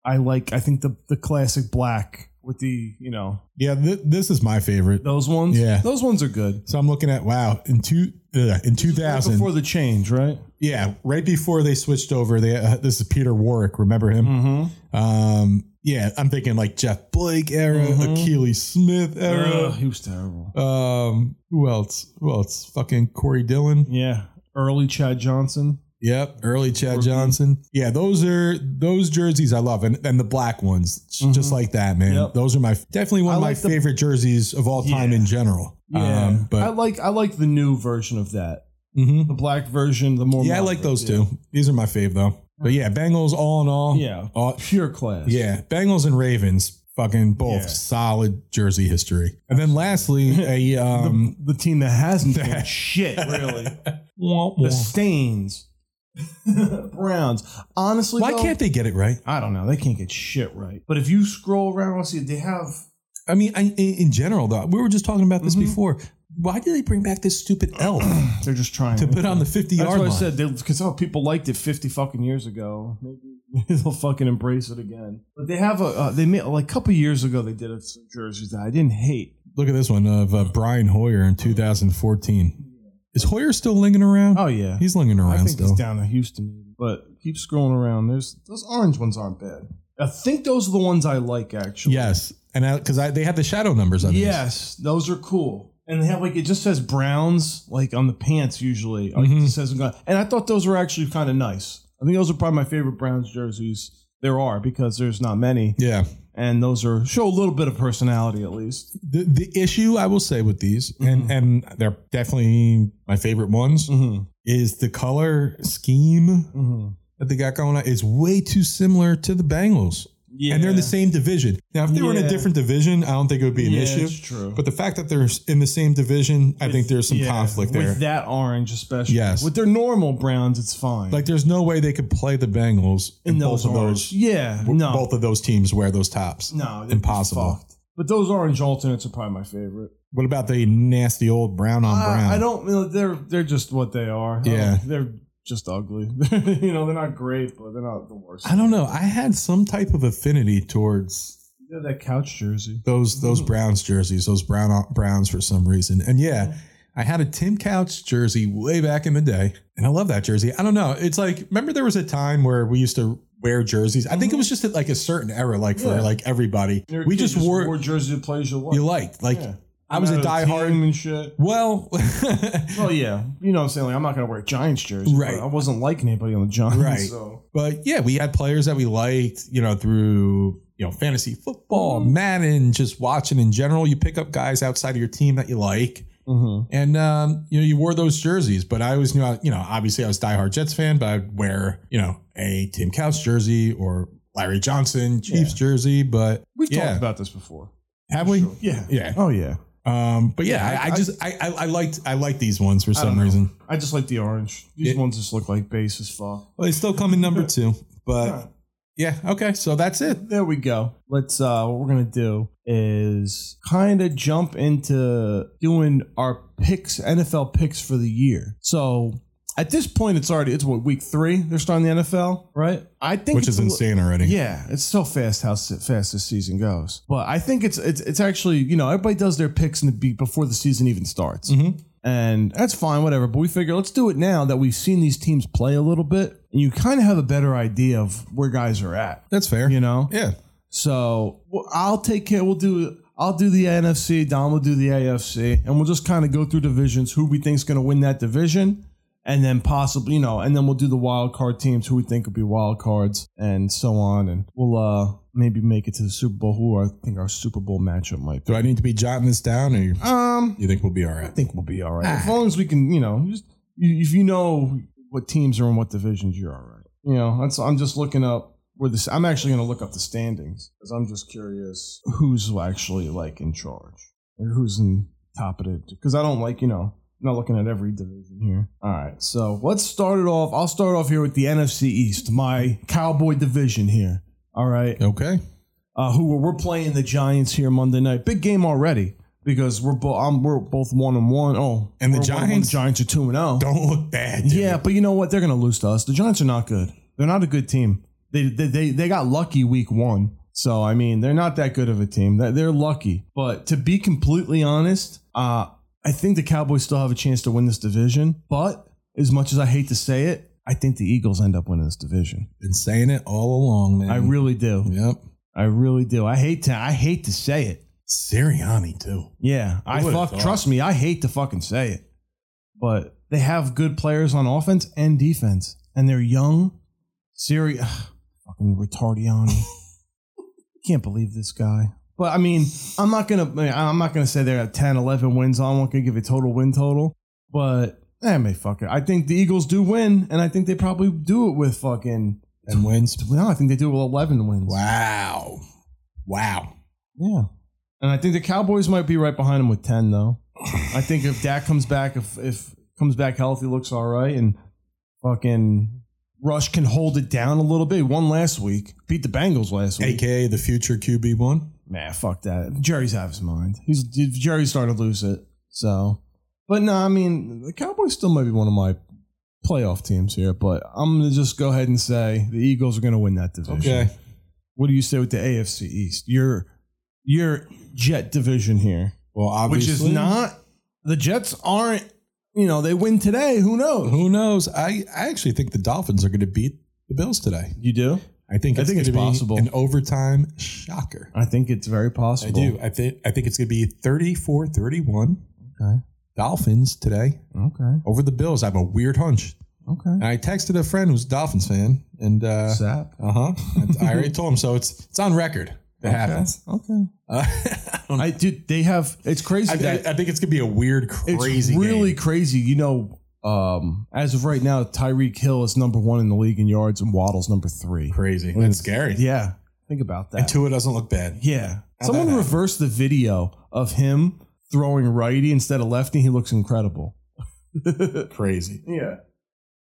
[SPEAKER 11] I like I think the the classic black with the you know
[SPEAKER 10] yeah. Th- this is my favorite.
[SPEAKER 11] those ones.
[SPEAKER 10] Yeah.
[SPEAKER 11] those ones are good.
[SPEAKER 10] So I'm looking at wow in two uh, in
[SPEAKER 11] Right
[SPEAKER 10] 2000,
[SPEAKER 11] before the change, right?
[SPEAKER 10] yeah, right before they switched over. They uh, this is Peter Warwick. Remember him?
[SPEAKER 11] Mm-hmm.
[SPEAKER 10] Um, yeah, I'm thinking like Jeff Blake era,
[SPEAKER 11] Mhm.
[SPEAKER 10] Achilles Smith era.
[SPEAKER 11] he was terrible.
[SPEAKER 10] Um, who else? Who else? Fucking Corey Dillon.
[SPEAKER 11] Yeah, early Chad Johnson.
[SPEAKER 10] Yep, early Chad
[SPEAKER 11] Rookie.
[SPEAKER 10] Johnson. Yeah, those are those jerseys I love, and and the black ones, j- just
[SPEAKER 11] Mhm.
[SPEAKER 10] like that, man.
[SPEAKER 11] Yep.
[SPEAKER 10] Those are my definitely one
[SPEAKER 11] I
[SPEAKER 10] of my
[SPEAKER 11] like the-
[SPEAKER 10] favorite jerseys of all time
[SPEAKER 11] Yeah.
[SPEAKER 10] in general. Um,
[SPEAKER 11] Yeah,
[SPEAKER 10] but
[SPEAKER 11] Um, I like I like the new version of that,
[SPEAKER 10] Mhm.
[SPEAKER 11] the black version, the more
[SPEAKER 10] yeah, I
[SPEAKER 11] modern
[SPEAKER 10] like those
[SPEAKER 11] version.
[SPEAKER 10] two. These are my fave though. But yeah, Bengals all in all,
[SPEAKER 11] Yeah,
[SPEAKER 10] all,
[SPEAKER 11] pure class.
[SPEAKER 10] yeah, Bengals and Ravens, fucking both
[SPEAKER 11] Yeah.
[SPEAKER 10] solid jersey history. And then lastly, a
[SPEAKER 11] The-
[SPEAKER 10] um,
[SPEAKER 11] the, team that hasn't done shit really.
[SPEAKER 10] womp
[SPEAKER 11] The
[SPEAKER 10] womp.
[SPEAKER 11] Stains, Browns. Honestly,
[SPEAKER 10] why
[SPEAKER 11] though,
[SPEAKER 10] can't they get it right?
[SPEAKER 11] I don't know. They can't get shit right. But if you scroll around, let's see, they have.
[SPEAKER 10] I mean, I, in, in general though, we were just talking about this
[SPEAKER 11] Mhm.
[SPEAKER 10] before. Why did they bring back this stupid elf?
[SPEAKER 11] They're just trying
[SPEAKER 10] to put on the 50
[SPEAKER 11] That's
[SPEAKER 10] yard
[SPEAKER 11] what I
[SPEAKER 10] line.
[SPEAKER 11] said. Because oh, people liked it fifty fucking years ago. Maybe, They'll fucking embrace it again. But they have a uh, they made like a couple years ago they did a some jerseys that I didn't hate.
[SPEAKER 10] Look at this one of uh, Brian Hoyer in 2014. Is Hoyer still lingering around?
[SPEAKER 11] Oh yeah,
[SPEAKER 10] he's lingering around
[SPEAKER 11] I think
[SPEAKER 10] still.
[SPEAKER 11] he's down in Houston, but keep scrolling around. There's those orange ones aren't bad. I think those are the ones I like actually.
[SPEAKER 10] Yes, and because I, they had the shadow numbers on these.
[SPEAKER 11] Yes, those are cool. And they have like it just says Browns like on the pants usually. Like,
[SPEAKER 10] Mm-hmm.
[SPEAKER 11] It says and I thought those were actually kind of nice. I think those are probably my favorite Browns jerseys there are because there's not many.
[SPEAKER 10] Yeah.
[SPEAKER 11] And those are show a little bit of personality at least.
[SPEAKER 10] The, the issue I will say with these,
[SPEAKER 11] Mm-hmm.
[SPEAKER 10] and and they're definitely my favorite ones, is the color scheme
[SPEAKER 11] Mm-hmm.
[SPEAKER 10] that they got going on is way too similar to the Bengals. And they're in the
[SPEAKER 11] Yeah.
[SPEAKER 10] same division. Now, if they were in a
[SPEAKER 11] Yeah.
[SPEAKER 10] different division, I don't think it would be an
[SPEAKER 11] Yeah,
[SPEAKER 10] issue.
[SPEAKER 11] it's true.
[SPEAKER 10] But the fact that they're in the same division, I think there's some
[SPEAKER 11] Yeah,
[SPEAKER 10] conflict there.
[SPEAKER 11] With that orange especially.
[SPEAKER 10] Yes.
[SPEAKER 11] With their normal Browns it's fine.
[SPEAKER 10] Like, there's no way they could play the Bengals
[SPEAKER 11] In
[SPEAKER 10] and
[SPEAKER 11] those
[SPEAKER 10] both of
[SPEAKER 11] orange.
[SPEAKER 10] those.
[SPEAKER 11] Yeah, no.
[SPEAKER 10] both of those teams wear those tops.
[SPEAKER 11] No, they'd be
[SPEAKER 10] impossible.
[SPEAKER 11] fucked. But those orange alternates are probably my favorite.
[SPEAKER 10] What about the nasty old brown on
[SPEAKER 11] Uh,
[SPEAKER 10] brown?
[SPEAKER 11] I don't know. They're they're just what they are. I
[SPEAKER 10] Yeah.
[SPEAKER 11] don't- they're just ugly. you know, they're not great, but they're not the worst.
[SPEAKER 10] I don't know. I had some type of affinity towards
[SPEAKER 11] They're that couch jersey.
[SPEAKER 10] those those
[SPEAKER 11] Mm.
[SPEAKER 10] Browns jerseys, those brown Browns for some reason. And yeah, I had a Tim Couch jersey way back in the day, and I love that jersey. I don't know. It's like remember there was a time where we used to wear jerseys. I think it was just at like a certain era, like for
[SPEAKER 11] Mm-hmm. Yeah.
[SPEAKER 10] like everybody.
[SPEAKER 11] You're a
[SPEAKER 10] we
[SPEAKER 11] kid,
[SPEAKER 10] just wore,
[SPEAKER 11] jersey to play as you like.
[SPEAKER 10] you liked like.
[SPEAKER 11] Yeah.
[SPEAKER 10] I was a
[SPEAKER 11] No team
[SPEAKER 10] diehard.
[SPEAKER 11] and shit.
[SPEAKER 10] Well,
[SPEAKER 11] Well, yeah, you know what I'm saying. Like, I'm not gonna wear a Giants jersey.
[SPEAKER 10] Right.
[SPEAKER 11] but I wasn't liking anybody on the Giants.
[SPEAKER 10] Right.
[SPEAKER 11] So
[SPEAKER 10] But yeah, we had players that we liked, you know, through you know fantasy football, Madden, just watching in general. You pick up guys outside of your team that you like,
[SPEAKER 11] Mm-hmm.
[SPEAKER 10] and um, you know you wore those jerseys. But I always knew, I, you know, obviously I was a diehard Jets fan, but I'd wear you know a Tim Couch jersey or Larry Johnson Chiefs jersey. But
[SPEAKER 11] we've
[SPEAKER 10] yeah.
[SPEAKER 11] talked about this before.
[SPEAKER 10] have we?
[SPEAKER 11] Yeah.
[SPEAKER 10] yeah.
[SPEAKER 11] Oh yeah.
[SPEAKER 10] Um, but yeah, I, I just I, I I liked I liked these ones for some reason.
[SPEAKER 11] I just like the orange. These
[SPEAKER 10] Yeah.
[SPEAKER 11] ones just look like base as fuck.
[SPEAKER 10] Well, they still come in number two, but yeah, okay. So that's it.
[SPEAKER 11] There we go. Let's uh what we're gonna do is kind of jump into doing our picks, NFL picks for the year. So at this point it's already it's what week three they're starting the NFL, right? I think
[SPEAKER 10] Which is
[SPEAKER 11] it's a li-
[SPEAKER 10] insane already.
[SPEAKER 11] Yeah, it's so fast how s- fast this season goes. But I think it's it's it's actually you know everybody does their picks in the beat before the season even starts, and that's fine, whatever. But we figure let's do it now that we've seen these teams play a little bit, and you kind of have a better idea of where guys are at.
[SPEAKER 10] That's fair.
[SPEAKER 11] You know,
[SPEAKER 10] Yeah.
[SPEAKER 11] so well, I'll take care. We'll do. I'll do the NFC. Don will do the AFC, and we'll just kind of go through divisions. Who we think's going to win that division, and then possibly you know, and then we'll do the wild card teams. Who we think will be wild cards, and so on. And we'll uh maybe make it to the Super Bowl. Who I think our Super Bowl matchup might be.
[SPEAKER 10] Do I need to be jotting this down, or you-
[SPEAKER 11] Um,
[SPEAKER 10] you think we'll be all
[SPEAKER 11] I
[SPEAKER 10] right?
[SPEAKER 11] think we'll be all right as long as we can. You know, just you- if you know what teams are in what divisions, you're all right. You know, that's, I'm just looking up where this. I'm actually going to look up the standings because I'm just curious who's actually like in charge or who's in top of it. Because I don't like you know. I'm Not looking at every division here. All right, so let's start it off. I'll start off here with the NFC East, my Cowboy division here. All right,
[SPEAKER 10] Okay.
[SPEAKER 11] uh, who were, we're playing the Giants here Monday night. Big game already because we're both um, we're both one and one. Oh,
[SPEAKER 10] And the
[SPEAKER 11] we're one and one.
[SPEAKER 10] Giants?
[SPEAKER 11] Giants are two and zero.
[SPEAKER 10] Don't look bad. dude.
[SPEAKER 11] Yeah, but you know what? They're going to lose to us. The Giants are not good. They're not a good team. They they they, they got lucky week one. So I mean, they're not that good of a team. They're- They're lucky. But to be completely honest, uh, I think the Cowboys still have a chance to win this division. But as much as I hate to say it, I think the Eagles end up winning this division.
[SPEAKER 10] Been saying it all along, man.
[SPEAKER 11] I really do.
[SPEAKER 10] Mm-hmm. Yep.
[SPEAKER 11] I really do. I hate to I hate to say it.
[SPEAKER 10] Sirianni too.
[SPEAKER 11] Yeah, I
[SPEAKER 10] would've
[SPEAKER 11] fuck.
[SPEAKER 10] thought?
[SPEAKER 11] Trust me, I hate to fucking say it, but they have good players on offense and defense, and they're young. Siri, ugh, fucking retardiani. Can't believe this guy. But I mean, I'm not gonna. I mean, I'm not gonna say they're at 10, 11 wins. I'm not gonna give a total win total, but I may fuck it. I think the Eagles do win, and I think they probably do it with fucking.
[SPEAKER 10] And wins.
[SPEAKER 11] No, I think they do it with 11 wins.
[SPEAKER 10] Wow. Wow.
[SPEAKER 11] Yeah. And I think the Cowboys might be right behind them with 10, though. I think if Dak comes back, if, if comes back healthy, looks all right, and fucking Rush can hold it down a little bit. He Won last week, beat the Bengals last week.
[SPEAKER 10] AKA the future QB one.
[SPEAKER 11] Nah, fuck that. Jerry's out of his mind. He's Jerry's starting to lose it. So, but no, I mean, the Cowboys still might be one of my playoff teams here, but I'm going to just go ahead and say the Eagles are going to win that division.
[SPEAKER 10] Okay.
[SPEAKER 11] What do you say with the AFC East? Your your Jet division here.
[SPEAKER 10] Well, obviously,
[SPEAKER 11] Which is not the Jets aren't, you know, they win today, who knows?
[SPEAKER 10] Who knows? I, I actually think the Dolphins are going to beat the Bills today.
[SPEAKER 11] You do?
[SPEAKER 10] I think
[SPEAKER 11] I
[SPEAKER 10] it's
[SPEAKER 11] think it's
[SPEAKER 10] gonna be
[SPEAKER 11] possible.
[SPEAKER 10] an overtime shocker.
[SPEAKER 11] I think it's very
[SPEAKER 10] I
[SPEAKER 11] possible.
[SPEAKER 10] do. I think I think it's going to be 34-31
[SPEAKER 11] Okay.
[SPEAKER 10] Dolphins today
[SPEAKER 11] Okay.
[SPEAKER 10] over the Bills. I have a weird hunch.
[SPEAKER 11] Okay.
[SPEAKER 10] And I texted a friend who's a Dolphins fan, and uh
[SPEAKER 11] Sap.
[SPEAKER 10] huh. I already told him, so it's it's on record. It happens.
[SPEAKER 11] Okay.
[SPEAKER 10] Uh, I, don't know.
[SPEAKER 11] I dude, they have it's crazy
[SPEAKER 10] I,
[SPEAKER 11] that
[SPEAKER 10] I- I think it's gonna be a weird, crazy,
[SPEAKER 11] it's really
[SPEAKER 10] game.
[SPEAKER 11] crazy. You know, um, as of right now, Tyreek Hill is number one in the league in yards, and Waddle's number three.
[SPEAKER 10] crazy. That's scary.
[SPEAKER 11] Yeah, think about that.
[SPEAKER 10] And Tua doesn't look bad. How'd
[SPEAKER 11] yeah,
[SPEAKER 10] that
[SPEAKER 11] someone
[SPEAKER 10] happen?
[SPEAKER 11] reversed the video of him throwing righty instead of lefty. He looks incredible.
[SPEAKER 10] Crazy.
[SPEAKER 11] Yeah,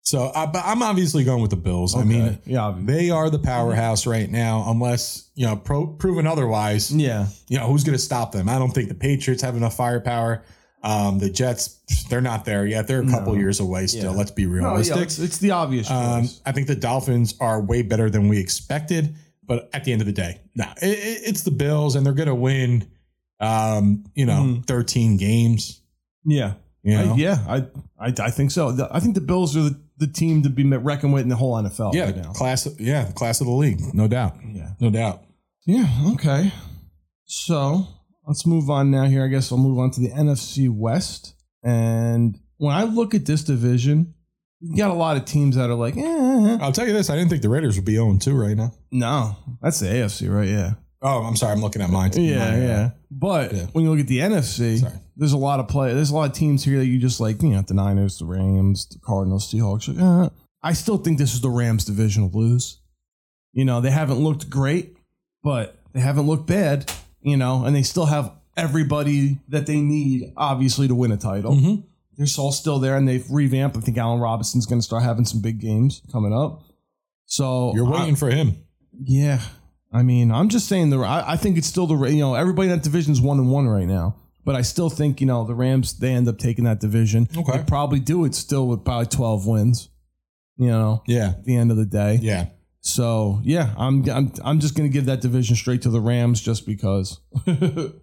[SPEAKER 10] So, I, but I'm obviously going with the Bills. I
[SPEAKER 11] Okay.
[SPEAKER 10] mean,
[SPEAKER 11] yeah, obvi-
[SPEAKER 10] they are the powerhouse right now. Unless you know, pro- proven otherwise,
[SPEAKER 11] yeah.
[SPEAKER 10] you know, who's going to stop them? I don't think the Patriots have enough firepower. Um, the Jets, they're not there yet. They're a couple
[SPEAKER 11] No.
[SPEAKER 10] years away still.
[SPEAKER 11] Yeah.
[SPEAKER 10] Let's be
[SPEAKER 11] No, Oh, yeah,
[SPEAKER 10] realistic.
[SPEAKER 11] it's, it's the obvious choice.
[SPEAKER 10] Um, I think the Dolphins are way better than we expected, but at the end of the day, no, it, it- it's the Bills, and they're going to win. Um, you know,
[SPEAKER 11] Mhm.
[SPEAKER 10] thirteen games.
[SPEAKER 11] yeah,
[SPEAKER 10] You know?
[SPEAKER 11] I, yeah. I, I I think so. The- I think the Bills are the, the team to be reckoned with in the whole NFL
[SPEAKER 10] yeah,
[SPEAKER 11] right now.
[SPEAKER 10] class, yeah, class of the league, no doubt,
[SPEAKER 11] Yeah.
[SPEAKER 10] no doubt.
[SPEAKER 11] Yeah, okay. So let's move on now here. I guess I'll move on to the NFC West. And when I look at this division, you got a lot of teams that are like, eh, eh, eh.
[SPEAKER 10] I'll tell you this: I didn't think the Raiders would be on two right now.
[SPEAKER 11] no, that's the AFC, right? Yeah.
[SPEAKER 10] Oh, I'm sorry, I'm looking at mine.
[SPEAKER 11] Yeah,
[SPEAKER 10] Mine, uh,
[SPEAKER 11] yeah. But
[SPEAKER 10] Yeah.
[SPEAKER 11] when you look at the NFC,
[SPEAKER 10] Sorry.
[SPEAKER 11] there's a lot of play. There's a lot of teams here that you just like, you know, the Niners, the Rams, the Cardinals, Seahawks. you're like, "Uh." I still think this is the Rams' division to lose. You know, they haven't looked great, but they haven't looked bad. You know, and they still have everybody that they need, obviously, to win a
[SPEAKER 10] Oh,
[SPEAKER 11] title.
[SPEAKER 10] Mm-hmm.
[SPEAKER 11] They're all still there, and they've revamped. I think Allen Robinson's going to start having some big games coming up. So
[SPEAKER 10] You're
[SPEAKER 11] I-
[SPEAKER 10] waiting for him.
[SPEAKER 11] yeah, I mean, I'm just saying the. I, I think it's still the. Ra- You know, everybody in that division's one and one right now, but I still think you know the Rams. They end up taking that division.
[SPEAKER 10] Okay.
[SPEAKER 11] They probably do it still with probably 12 wins. You know,
[SPEAKER 10] Yeah,
[SPEAKER 11] at the end of the day.
[SPEAKER 10] yeah.
[SPEAKER 11] So yeah, I'm I'm I'm just gonna give that division straight to the Rams just because.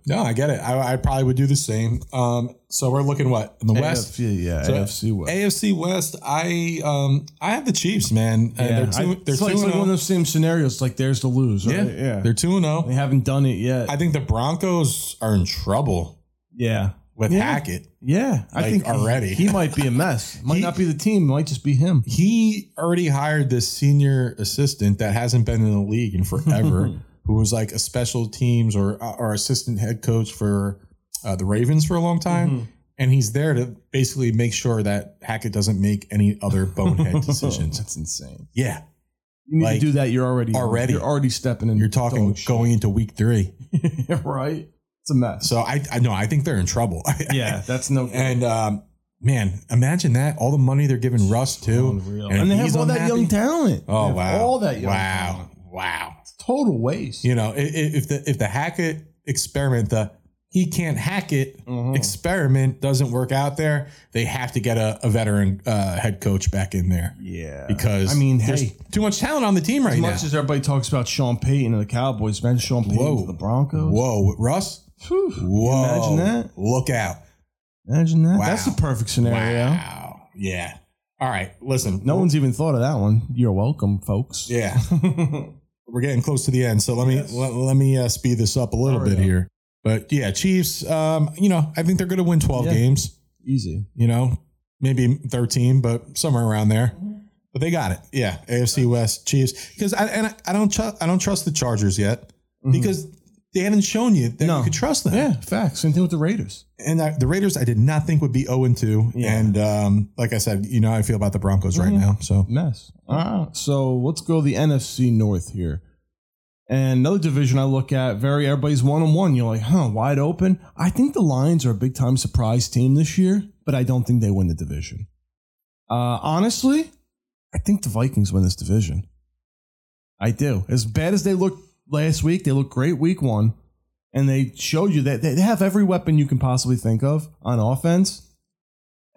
[SPEAKER 10] No, I get it. I, I probably would do the same. Um, so we're looking what in the West.
[SPEAKER 11] AFC, yeah,
[SPEAKER 10] So,
[SPEAKER 11] AFC West.
[SPEAKER 10] AFC West. I um I have the Chiefs, man. Uh,
[SPEAKER 11] yeah,
[SPEAKER 10] they're two.
[SPEAKER 11] I-
[SPEAKER 10] they're
[SPEAKER 11] it's like,
[SPEAKER 10] two
[SPEAKER 11] it's like
[SPEAKER 10] and
[SPEAKER 11] one of
[SPEAKER 10] oh.
[SPEAKER 11] those same scenarios. Like theirs to lose. Right?
[SPEAKER 10] yeah, They're two and zero.
[SPEAKER 11] they haven't done it yet.
[SPEAKER 10] I think the Broncos are in trouble
[SPEAKER 11] yeah,
[SPEAKER 10] with
[SPEAKER 11] Yeah.
[SPEAKER 10] Hackett.
[SPEAKER 11] Yeah, I
[SPEAKER 10] Like,
[SPEAKER 11] think
[SPEAKER 10] already.
[SPEAKER 11] he, he might be a mess. Might
[SPEAKER 10] He-
[SPEAKER 11] not be the team. Might just be him.
[SPEAKER 10] He already hired this senior assistant that hasn't been in the league in forever, who was like a special teams or or assistant head coach for uh, the Ravens for a long time.
[SPEAKER 11] Mm-hmm.
[SPEAKER 10] And he's there to basically make sure that Hackett doesn't make any other bonehead decisions.
[SPEAKER 11] That's insane.
[SPEAKER 10] Yeah,
[SPEAKER 11] You need
[SPEAKER 10] Like,
[SPEAKER 11] to do that. You're already
[SPEAKER 10] already.
[SPEAKER 11] You're already stepping in.
[SPEAKER 10] you're talking
[SPEAKER 11] dog shit.
[SPEAKER 10] going into week three.
[SPEAKER 11] right. It's a mess.
[SPEAKER 10] So I, I know I think they're in trouble.
[SPEAKER 11] yeah, that's no.
[SPEAKER 10] and um, man, imagine that all the money they're giving Russ too,
[SPEAKER 11] Unreal. And, they
[SPEAKER 10] he's
[SPEAKER 11] have all that
[SPEAKER 10] unhappy.
[SPEAKER 11] young talent.
[SPEAKER 10] Oh
[SPEAKER 11] They have
[SPEAKER 10] wow!
[SPEAKER 11] all that young.
[SPEAKER 10] wow,
[SPEAKER 11] talent.
[SPEAKER 10] wow.
[SPEAKER 11] Total waste.
[SPEAKER 10] You know, i- i- if the if the Hackett experiment, the he can't hack it
[SPEAKER 11] Mhm.
[SPEAKER 10] experiment doesn't work out there, they have to get a, a veteran uh, head coach back in there
[SPEAKER 11] Yeah.
[SPEAKER 10] because
[SPEAKER 11] I mean,
[SPEAKER 10] there's
[SPEAKER 11] hey,
[SPEAKER 10] too much talent on the team right
[SPEAKER 11] as
[SPEAKER 10] now.
[SPEAKER 11] much as everybody talks about Sean Payton and the Cowboys, man, Sean Payton
[SPEAKER 10] Whoa.
[SPEAKER 11] to the Broncos.
[SPEAKER 10] Whoa, Russ!
[SPEAKER 11] Whew. Can you
[SPEAKER 10] Whoa!
[SPEAKER 11] Imagine that.
[SPEAKER 10] Look out!
[SPEAKER 11] Imagine that.
[SPEAKER 10] Wow.
[SPEAKER 11] That's the perfect scenario.
[SPEAKER 10] Wow. Yeah. All right. Listen.
[SPEAKER 11] No one's even thought of that one. You're welcome, folks.
[SPEAKER 10] Yeah. We're getting close to the end, so let me
[SPEAKER 11] Yes.
[SPEAKER 10] let, let me uh, speed this up a little
[SPEAKER 11] Hurry
[SPEAKER 10] bit
[SPEAKER 11] up.
[SPEAKER 10] here. But yeah, Chiefs. Um, you know, I think they're going to win twelve
[SPEAKER 11] Yeah.
[SPEAKER 10] games.
[SPEAKER 11] Easy.
[SPEAKER 10] You know, maybe thirteen, but somewhere around there. But they got it. Yeah, AFC West Chiefs. Because I and I, I don't tru- I don't trust the Chargers yet
[SPEAKER 11] Mhm.
[SPEAKER 10] because they haven't shown you that
[SPEAKER 11] No.
[SPEAKER 10] you could trust them.
[SPEAKER 11] Mm-hmm. Yeah, facts. Same thing with the Raiders.
[SPEAKER 10] And I, the Raiders, I did not think would be zero and two.
[SPEAKER 11] Yeah.
[SPEAKER 10] And um, like I said, you know how I feel about the Broncos right
[SPEAKER 11] Mhm.
[SPEAKER 10] now. So
[SPEAKER 11] Mess. Ah, so let's go the NFC North here. And another division I look at, very everybody's one on one. You're like, huh, wide open. I think the Lions are a big time surprise team this year, but I don't think they win the division. Uh, honestly, I think the Vikings win this division. I do. As bad as they looked last week, they looked great week one, and they showed you that they they have every weapon you can possibly think of on offense,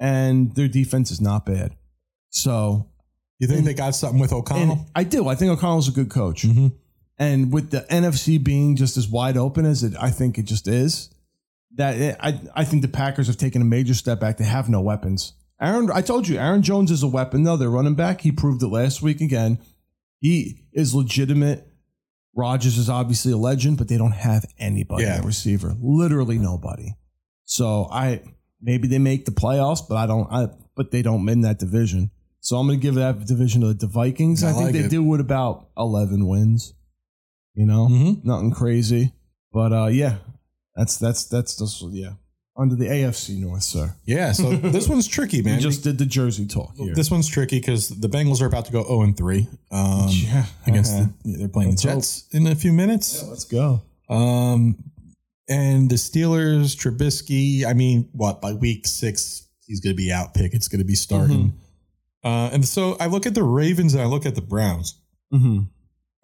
[SPEAKER 11] and their defense is not bad. So
[SPEAKER 10] you think they got something with O'Connell? Mm-hmm.
[SPEAKER 11] I do. I think O'Connell's a good coach. And with the NFC being just as wide open as it, I think it just is. That it, I, I think the Packers have taken a major step back. They have no weapons. Aaron, I told you, Aaron Jones is a weapon. though. they're running back. He proved it last week again. He is legitimate. Rodgers is obviously a legend, but they don't have anybody
[SPEAKER 10] Yeah.
[SPEAKER 11] at receiver. Literally nobody. So I maybe they make the playoffs, but I don't. I but they don't win that division. So I'm going to give that division to the Vikings.
[SPEAKER 10] I
[SPEAKER 11] I, think
[SPEAKER 10] like
[SPEAKER 11] they
[SPEAKER 10] it.
[SPEAKER 11] do with about 11 wins. You know,
[SPEAKER 10] Mm-hmm.
[SPEAKER 11] nothing crazy, but uh, yeah, that's that's that's just yeah under the AFC North, sir.
[SPEAKER 10] Yeah, so this one's tricky, man.
[SPEAKER 11] We just did the Jersey talk here.
[SPEAKER 10] This one's tricky because the Bengals are about to go 0 and 3. Um,
[SPEAKER 11] Yeah.
[SPEAKER 10] against
[SPEAKER 11] Uh-huh.
[SPEAKER 10] the, yeah, they're playing
[SPEAKER 11] Let's
[SPEAKER 10] the Jets in a few minutes.
[SPEAKER 11] Let's go.
[SPEAKER 10] Um, and the Steelers, Trubisky. I mean, what by week six he's going to be out. Pick it's going to be starting.
[SPEAKER 11] Mm-hmm.
[SPEAKER 10] Uh, and so I look at the Ravens and I look at the Browns
[SPEAKER 11] Mm-hmm.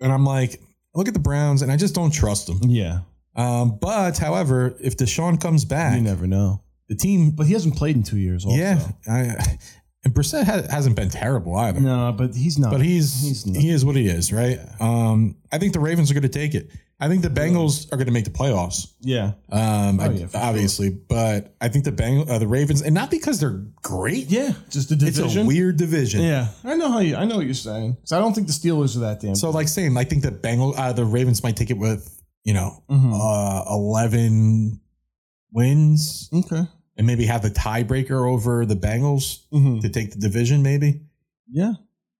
[SPEAKER 10] and I'm like, I look at the Browns and I just don't trust them.
[SPEAKER 11] Yeah,
[SPEAKER 10] Um, but however, if Deshaun comes back,
[SPEAKER 11] you never know.
[SPEAKER 10] the team,
[SPEAKER 11] But he hasn't played in two years. Also.
[SPEAKER 10] yeah, I, and Brissett ha- hasn't been terrible either.
[SPEAKER 11] no, but he's not.
[SPEAKER 10] But he's,
[SPEAKER 11] not.
[SPEAKER 10] he is what he is, right? Um, I think the Ravens are going to take it. I think the Bengals are going to make the playoffs.
[SPEAKER 11] yeah,
[SPEAKER 10] Um,
[SPEAKER 11] Oh,
[SPEAKER 10] I-
[SPEAKER 11] yeah, for sure.
[SPEAKER 10] obviously, but I think the Bang, uh, the Ravens, and not because they're great.
[SPEAKER 11] yeah, just a
[SPEAKER 10] it's a
[SPEAKER 11] division.
[SPEAKER 10] weird division.
[SPEAKER 11] Yeah, I know how you. I know what you're saying. 'Cause I don't think the Steelers are that damn.
[SPEAKER 10] So, like saying, I think the Bengal, uh, the Ravens might take it with you know
[SPEAKER 11] Mhm.
[SPEAKER 10] uh, eleven wins
[SPEAKER 11] okay.
[SPEAKER 10] and maybe have the tiebreaker over the Bengals
[SPEAKER 11] Mhm.
[SPEAKER 10] to take the division, maybe
[SPEAKER 11] Yeah.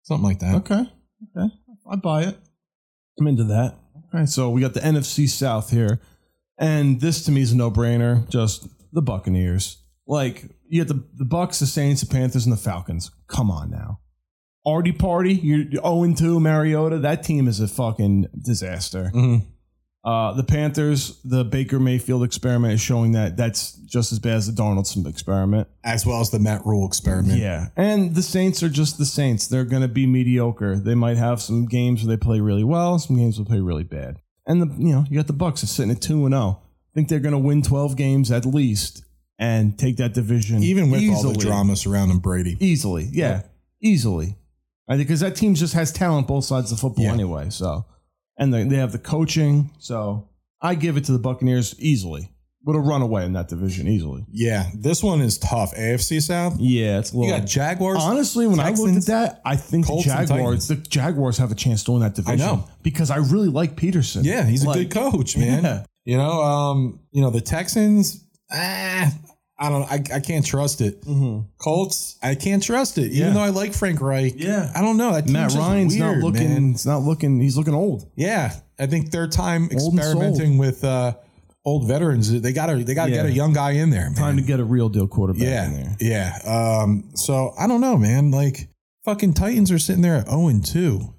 [SPEAKER 10] something like that.
[SPEAKER 11] Okay. Okay. I buy it. I'm into that. Okay. So we got the NFC South here. And this to me is a no brainer. Just the Buccaneers. Like, you got the, the Bucks, the Saints, the Panthers, and the Falcons. Come on now. Artie Party, you're 0 2, Mariota. That team is a fucking disaster.
[SPEAKER 10] Mhm.
[SPEAKER 11] Uh, the Panthers, the Baker Mayfield experiment is showing that that's just as bad as the Donaldson experiment.
[SPEAKER 10] As well as the Matt Rule experiment.
[SPEAKER 11] Yeah. And the Saints are just the Saints. They're going to be mediocre. They might have some games where they play really well, some games will play really bad. And the you know, you got the Bucks are sitting at 2 and 0. I think they're going to win 12 games at least and take that division
[SPEAKER 10] Even with all
[SPEAKER 11] easily. E-
[SPEAKER 10] the drama surrounding Brady,
[SPEAKER 11] Easily. Yeah. Easily. I think cuz that team just has talent both sides of the football
[SPEAKER 10] Yeah.
[SPEAKER 11] anyway, so and they, they have the coaching, so I give it to the Buccaneers easily. Would have run away in that division easily.
[SPEAKER 10] yeah, this one is tough. AFC South.
[SPEAKER 11] Yeah, it's a little
[SPEAKER 10] You got Jaguars.
[SPEAKER 11] Honestly, when I looked at
[SPEAKER 10] Texans,
[SPEAKER 11] that, I think the
[SPEAKER 10] Colts, and Titans.
[SPEAKER 11] Jaguars, the Jaguars have a chance to win that division.
[SPEAKER 10] know.
[SPEAKER 11] because I really like Peterson.
[SPEAKER 10] Yeah, he's a
[SPEAKER 11] Like,
[SPEAKER 10] good coach, man.
[SPEAKER 11] Yeah.
[SPEAKER 10] You know, um, you know the Texans. Ah, I don't. I, I can't trust it. Colts. I can't trust it. Even
[SPEAKER 11] Yeah.
[SPEAKER 10] though I like Frank Reich.
[SPEAKER 11] Yeah.
[SPEAKER 10] I don't know. That
[SPEAKER 11] Matt
[SPEAKER 10] team's just
[SPEAKER 11] Ryan's not
[SPEAKER 10] weird,
[SPEAKER 11] looking.
[SPEAKER 10] man.
[SPEAKER 11] It's not looking. He's looking old.
[SPEAKER 10] Yeah, I think their time
[SPEAKER 11] Old and sold.
[SPEAKER 10] experimenting with uh, old veterans. They gotta. They gotta
[SPEAKER 11] Yeah.
[SPEAKER 10] get a young guy in there. Man.
[SPEAKER 11] Time to get a real deal quarterback in
[SPEAKER 10] Yeah.
[SPEAKER 11] there.
[SPEAKER 10] Yeah. Um. So I don't know, man. Like fucking Titans are sitting there at zero and two,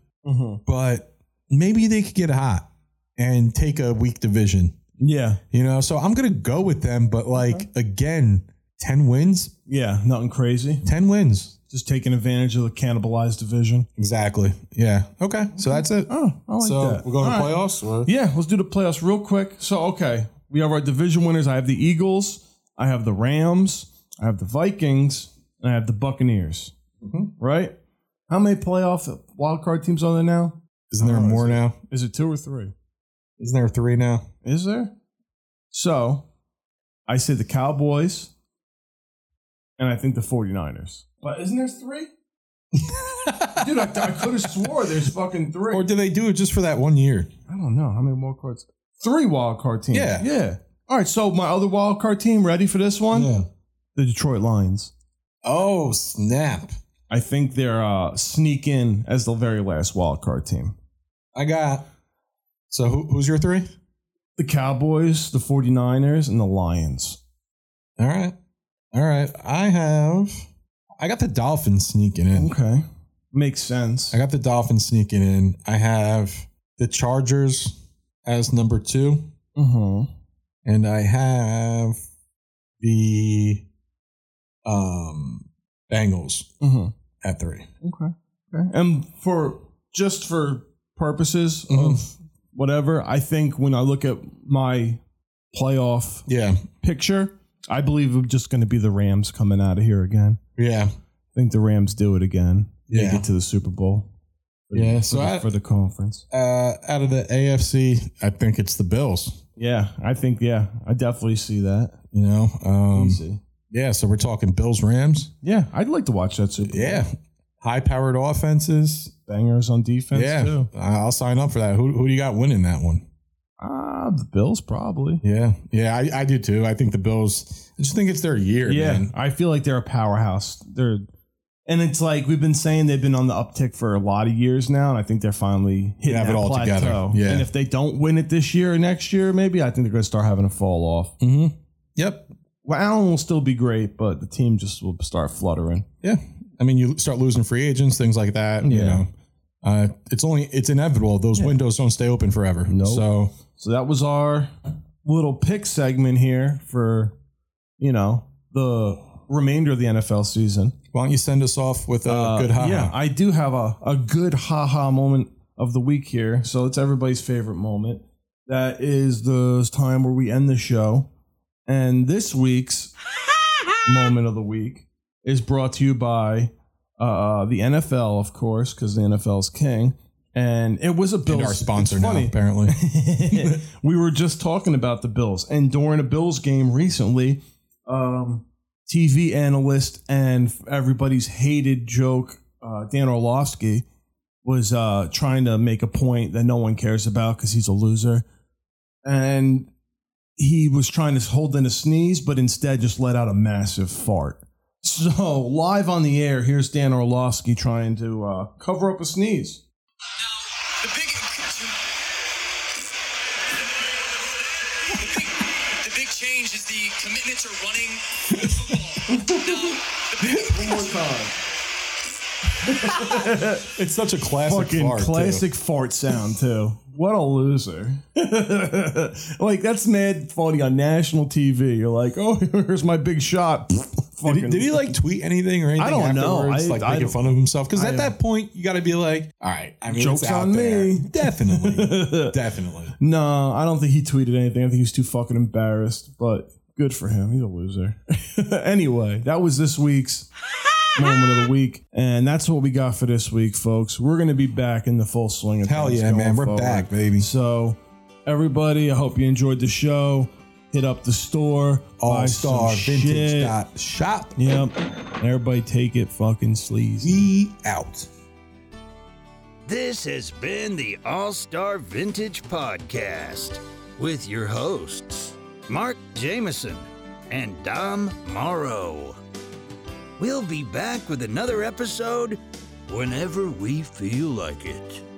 [SPEAKER 10] but maybe they could get hot and take a weak division.
[SPEAKER 11] Yeah,
[SPEAKER 10] You know, so I'm gonna go with them, but like again, ten wins,
[SPEAKER 11] yeah, nothing crazy.
[SPEAKER 10] ten wins,
[SPEAKER 11] Just taking advantage of the cannibalized division.
[SPEAKER 10] exactly. Yeah. Okay. So that's it.
[SPEAKER 11] Oh, I like
[SPEAKER 10] so
[SPEAKER 11] that.
[SPEAKER 10] we're going to
[SPEAKER 11] All right.
[SPEAKER 10] playoffs. Or?
[SPEAKER 11] Yeah, let's do the playoffs real quick. So, okay, we have our division winners. I have the Eagles, I have the Rams, I have the Vikings, and I have the Buccaneers.
[SPEAKER 10] Mm-hmm.
[SPEAKER 11] Right? How many playoff wild card teams are there now?
[SPEAKER 10] Isn't there
[SPEAKER 11] Oh,
[SPEAKER 10] more
[SPEAKER 11] is it-
[SPEAKER 10] now?
[SPEAKER 11] Is it two or three?
[SPEAKER 10] Isn't there three now?
[SPEAKER 11] Is there? So, I say the Cowboys, and I think the 49ers. But isn't there three? Dude, I, I could have swore there's fucking three.
[SPEAKER 10] Or do they do it just for that one year?
[SPEAKER 11] I don't know how many wild cards. Three wild card teams.
[SPEAKER 10] Yeah.
[SPEAKER 11] yeah. All right. So my other wild card team, ready for this one?
[SPEAKER 10] Yeah.
[SPEAKER 11] The Detroit Lions.
[SPEAKER 10] Oh snap!
[SPEAKER 11] I think they're uh, sneak in as the very last wild card team.
[SPEAKER 10] I got. So who, who's your three?
[SPEAKER 11] The Cowboys, the 49ers, and the Lions.
[SPEAKER 10] All right, all right. I have. I got the Dolphins sneaking in.
[SPEAKER 11] Okay. Makes sense.
[SPEAKER 10] I got the Dolphins sneaking in. I have the Chargers as number two.
[SPEAKER 11] hmm
[SPEAKER 10] and I have the um Bengals
[SPEAKER 11] hmm
[SPEAKER 10] at three.
[SPEAKER 11] Okay. okay. And for just for purposes
[SPEAKER 10] Mm-hmm.
[SPEAKER 11] of whatever, I think when I look at my playoff
[SPEAKER 10] Yeah,
[SPEAKER 11] picture, I believe I'm just going to be the Rams coming out of here again.
[SPEAKER 10] yeah.
[SPEAKER 11] I think the Rams do it again. They
[SPEAKER 10] Yeah.
[SPEAKER 11] get to the Super Bowl. For the-
[SPEAKER 10] Yeah,
[SPEAKER 11] for
[SPEAKER 10] so
[SPEAKER 11] the-
[SPEAKER 10] I-
[SPEAKER 11] for the conference.
[SPEAKER 10] Uh, out of the AFC, I think it's the Bills.
[SPEAKER 11] Yeah, I think yeah, I definitely see that.
[SPEAKER 10] You know, um,
[SPEAKER 11] Easy.
[SPEAKER 10] yeah. So we're talking Bills Rams.
[SPEAKER 11] Yeah, I'd like to watch that Super Bowl.
[SPEAKER 10] Yeah, high powered offenses.
[SPEAKER 11] bangers on defense
[SPEAKER 10] yeah,
[SPEAKER 11] too.
[SPEAKER 10] I- I'll sign up for that. Who who do you got winning that one?
[SPEAKER 11] Ah, the Bills probably.
[SPEAKER 10] Yeah, yeah, I, I do too. I think the Bills. I just think it's their year.
[SPEAKER 11] Yeah,
[SPEAKER 10] man.
[SPEAKER 11] I feel like they're a powerhouse. They're, and it's like we've been saying they've been on the uptick for a lot of years now, and I think they're finally hitting
[SPEAKER 10] have
[SPEAKER 11] that
[SPEAKER 10] it all
[SPEAKER 11] plateau.
[SPEAKER 10] together. Yeah.
[SPEAKER 11] And if they don't win it this year or next year, maybe I think they're going to start having a fall off.
[SPEAKER 10] Mm-hmm. Yep.
[SPEAKER 11] Well, Allen will still be great, but the team just will start fluttering.
[SPEAKER 10] Yeah. I mean, you start losing free agents, things like that. You
[SPEAKER 11] Yeah.
[SPEAKER 10] know, uh, it's only it's inevitable. Those windows don't stay open forever. No.
[SPEAKER 11] Nope.
[SPEAKER 10] So
[SPEAKER 11] So that was our little pick segment here for, you know, the remainder of the NFL season.
[SPEAKER 10] why don't you send us off with a
[SPEAKER 11] Uh,
[SPEAKER 10] good ha?
[SPEAKER 11] Yeah, I do have a, a good haha moment of the week here. So it's everybody's favorite moment. That is the time where we end the show. And this week's moment of the week is brought to you by uh, the NFL, of course, because the NFL's king. And it was a Bills.
[SPEAKER 10] and our sponsor
[SPEAKER 11] it's
[SPEAKER 10] now,
[SPEAKER 11] funny.
[SPEAKER 10] apparently.
[SPEAKER 11] we were just talking about the Bills, and during a Bills game recently, um, TV analyst and everybody's hated joke, uh, Dan Orlovsky, was uh, trying to make a point that no one cares about because he's a loser, and he was trying to hold in a sneeze, but instead just let out a massive fart. So live on the air, here's Dan Orlovsky trying to uh, cover up a sneeze.
[SPEAKER 13] The big, the big, the big change is the commitment to running the football.
[SPEAKER 11] One more time.
[SPEAKER 10] it's such a classic
[SPEAKER 11] fucking
[SPEAKER 10] fart, too.
[SPEAKER 11] classic fart sound too. What a loser! like that's mad funny on national TV. You're like, oh, here's my big shot.
[SPEAKER 10] Did he,
[SPEAKER 11] Fucking-
[SPEAKER 10] did he like tweet anything or anything?
[SPEAKER 11] I don't know.
[SPEAKER 10] afterwards,
[SPEAKER 11] I-
[SPEAKER 10] like
[SPEAKER 11] I
[SPEAKER 10] making
[SPEAKER 11] don't-
[SPEAKER 10] fun of himself because
[SPEAKER 11] I-
[SPEAKER 10] at that point you got to be like, all right, I mean, it's
[SPEAKER 11] Joke's
[SPEAKER 10] out
[SPEAKER 11] on
[SPEAKER 10] there.
[SPEAKER 11] me.
[SPEAKER 10] Definitely, definitely.
[SPEAKER 11] No, I don't think he tweeted anything. I think he was too fucking embarrassed. But good for him. He's a loser. anyway, that was this week's moment of the week, and that's what we got for this week, folks. We're gonna be back in the full swing of
[SPEAKER 10] Hell
[SPEAKER 11] things
[SPEAKER 10] yeah,
[SPEAKER 11] going
[SPEAKER 10] man. We're
[SPEAKER 11] forward.
[SPEAKER 10] back, baby.
[SPEAKER 11] So, everybody, I hope you enjoyed the show. Hit up the store.
[SPEAKER 10] All
[SPEAKER 11] buy
[SPEAKER 10] star
[SPEAKER 11] some shit.
[SPEAKER 10] vintage dot shop.
[SPEAKER 11] Yep. And Everybody take it fucking sleazy.
[SPEAKER 10] We out.
[SPEAKER 1] This has been the All Star Vintage Podcast with your hosts, Mark Jameson and Dom Morrow. We'll be back with another episode whenever we feel like it.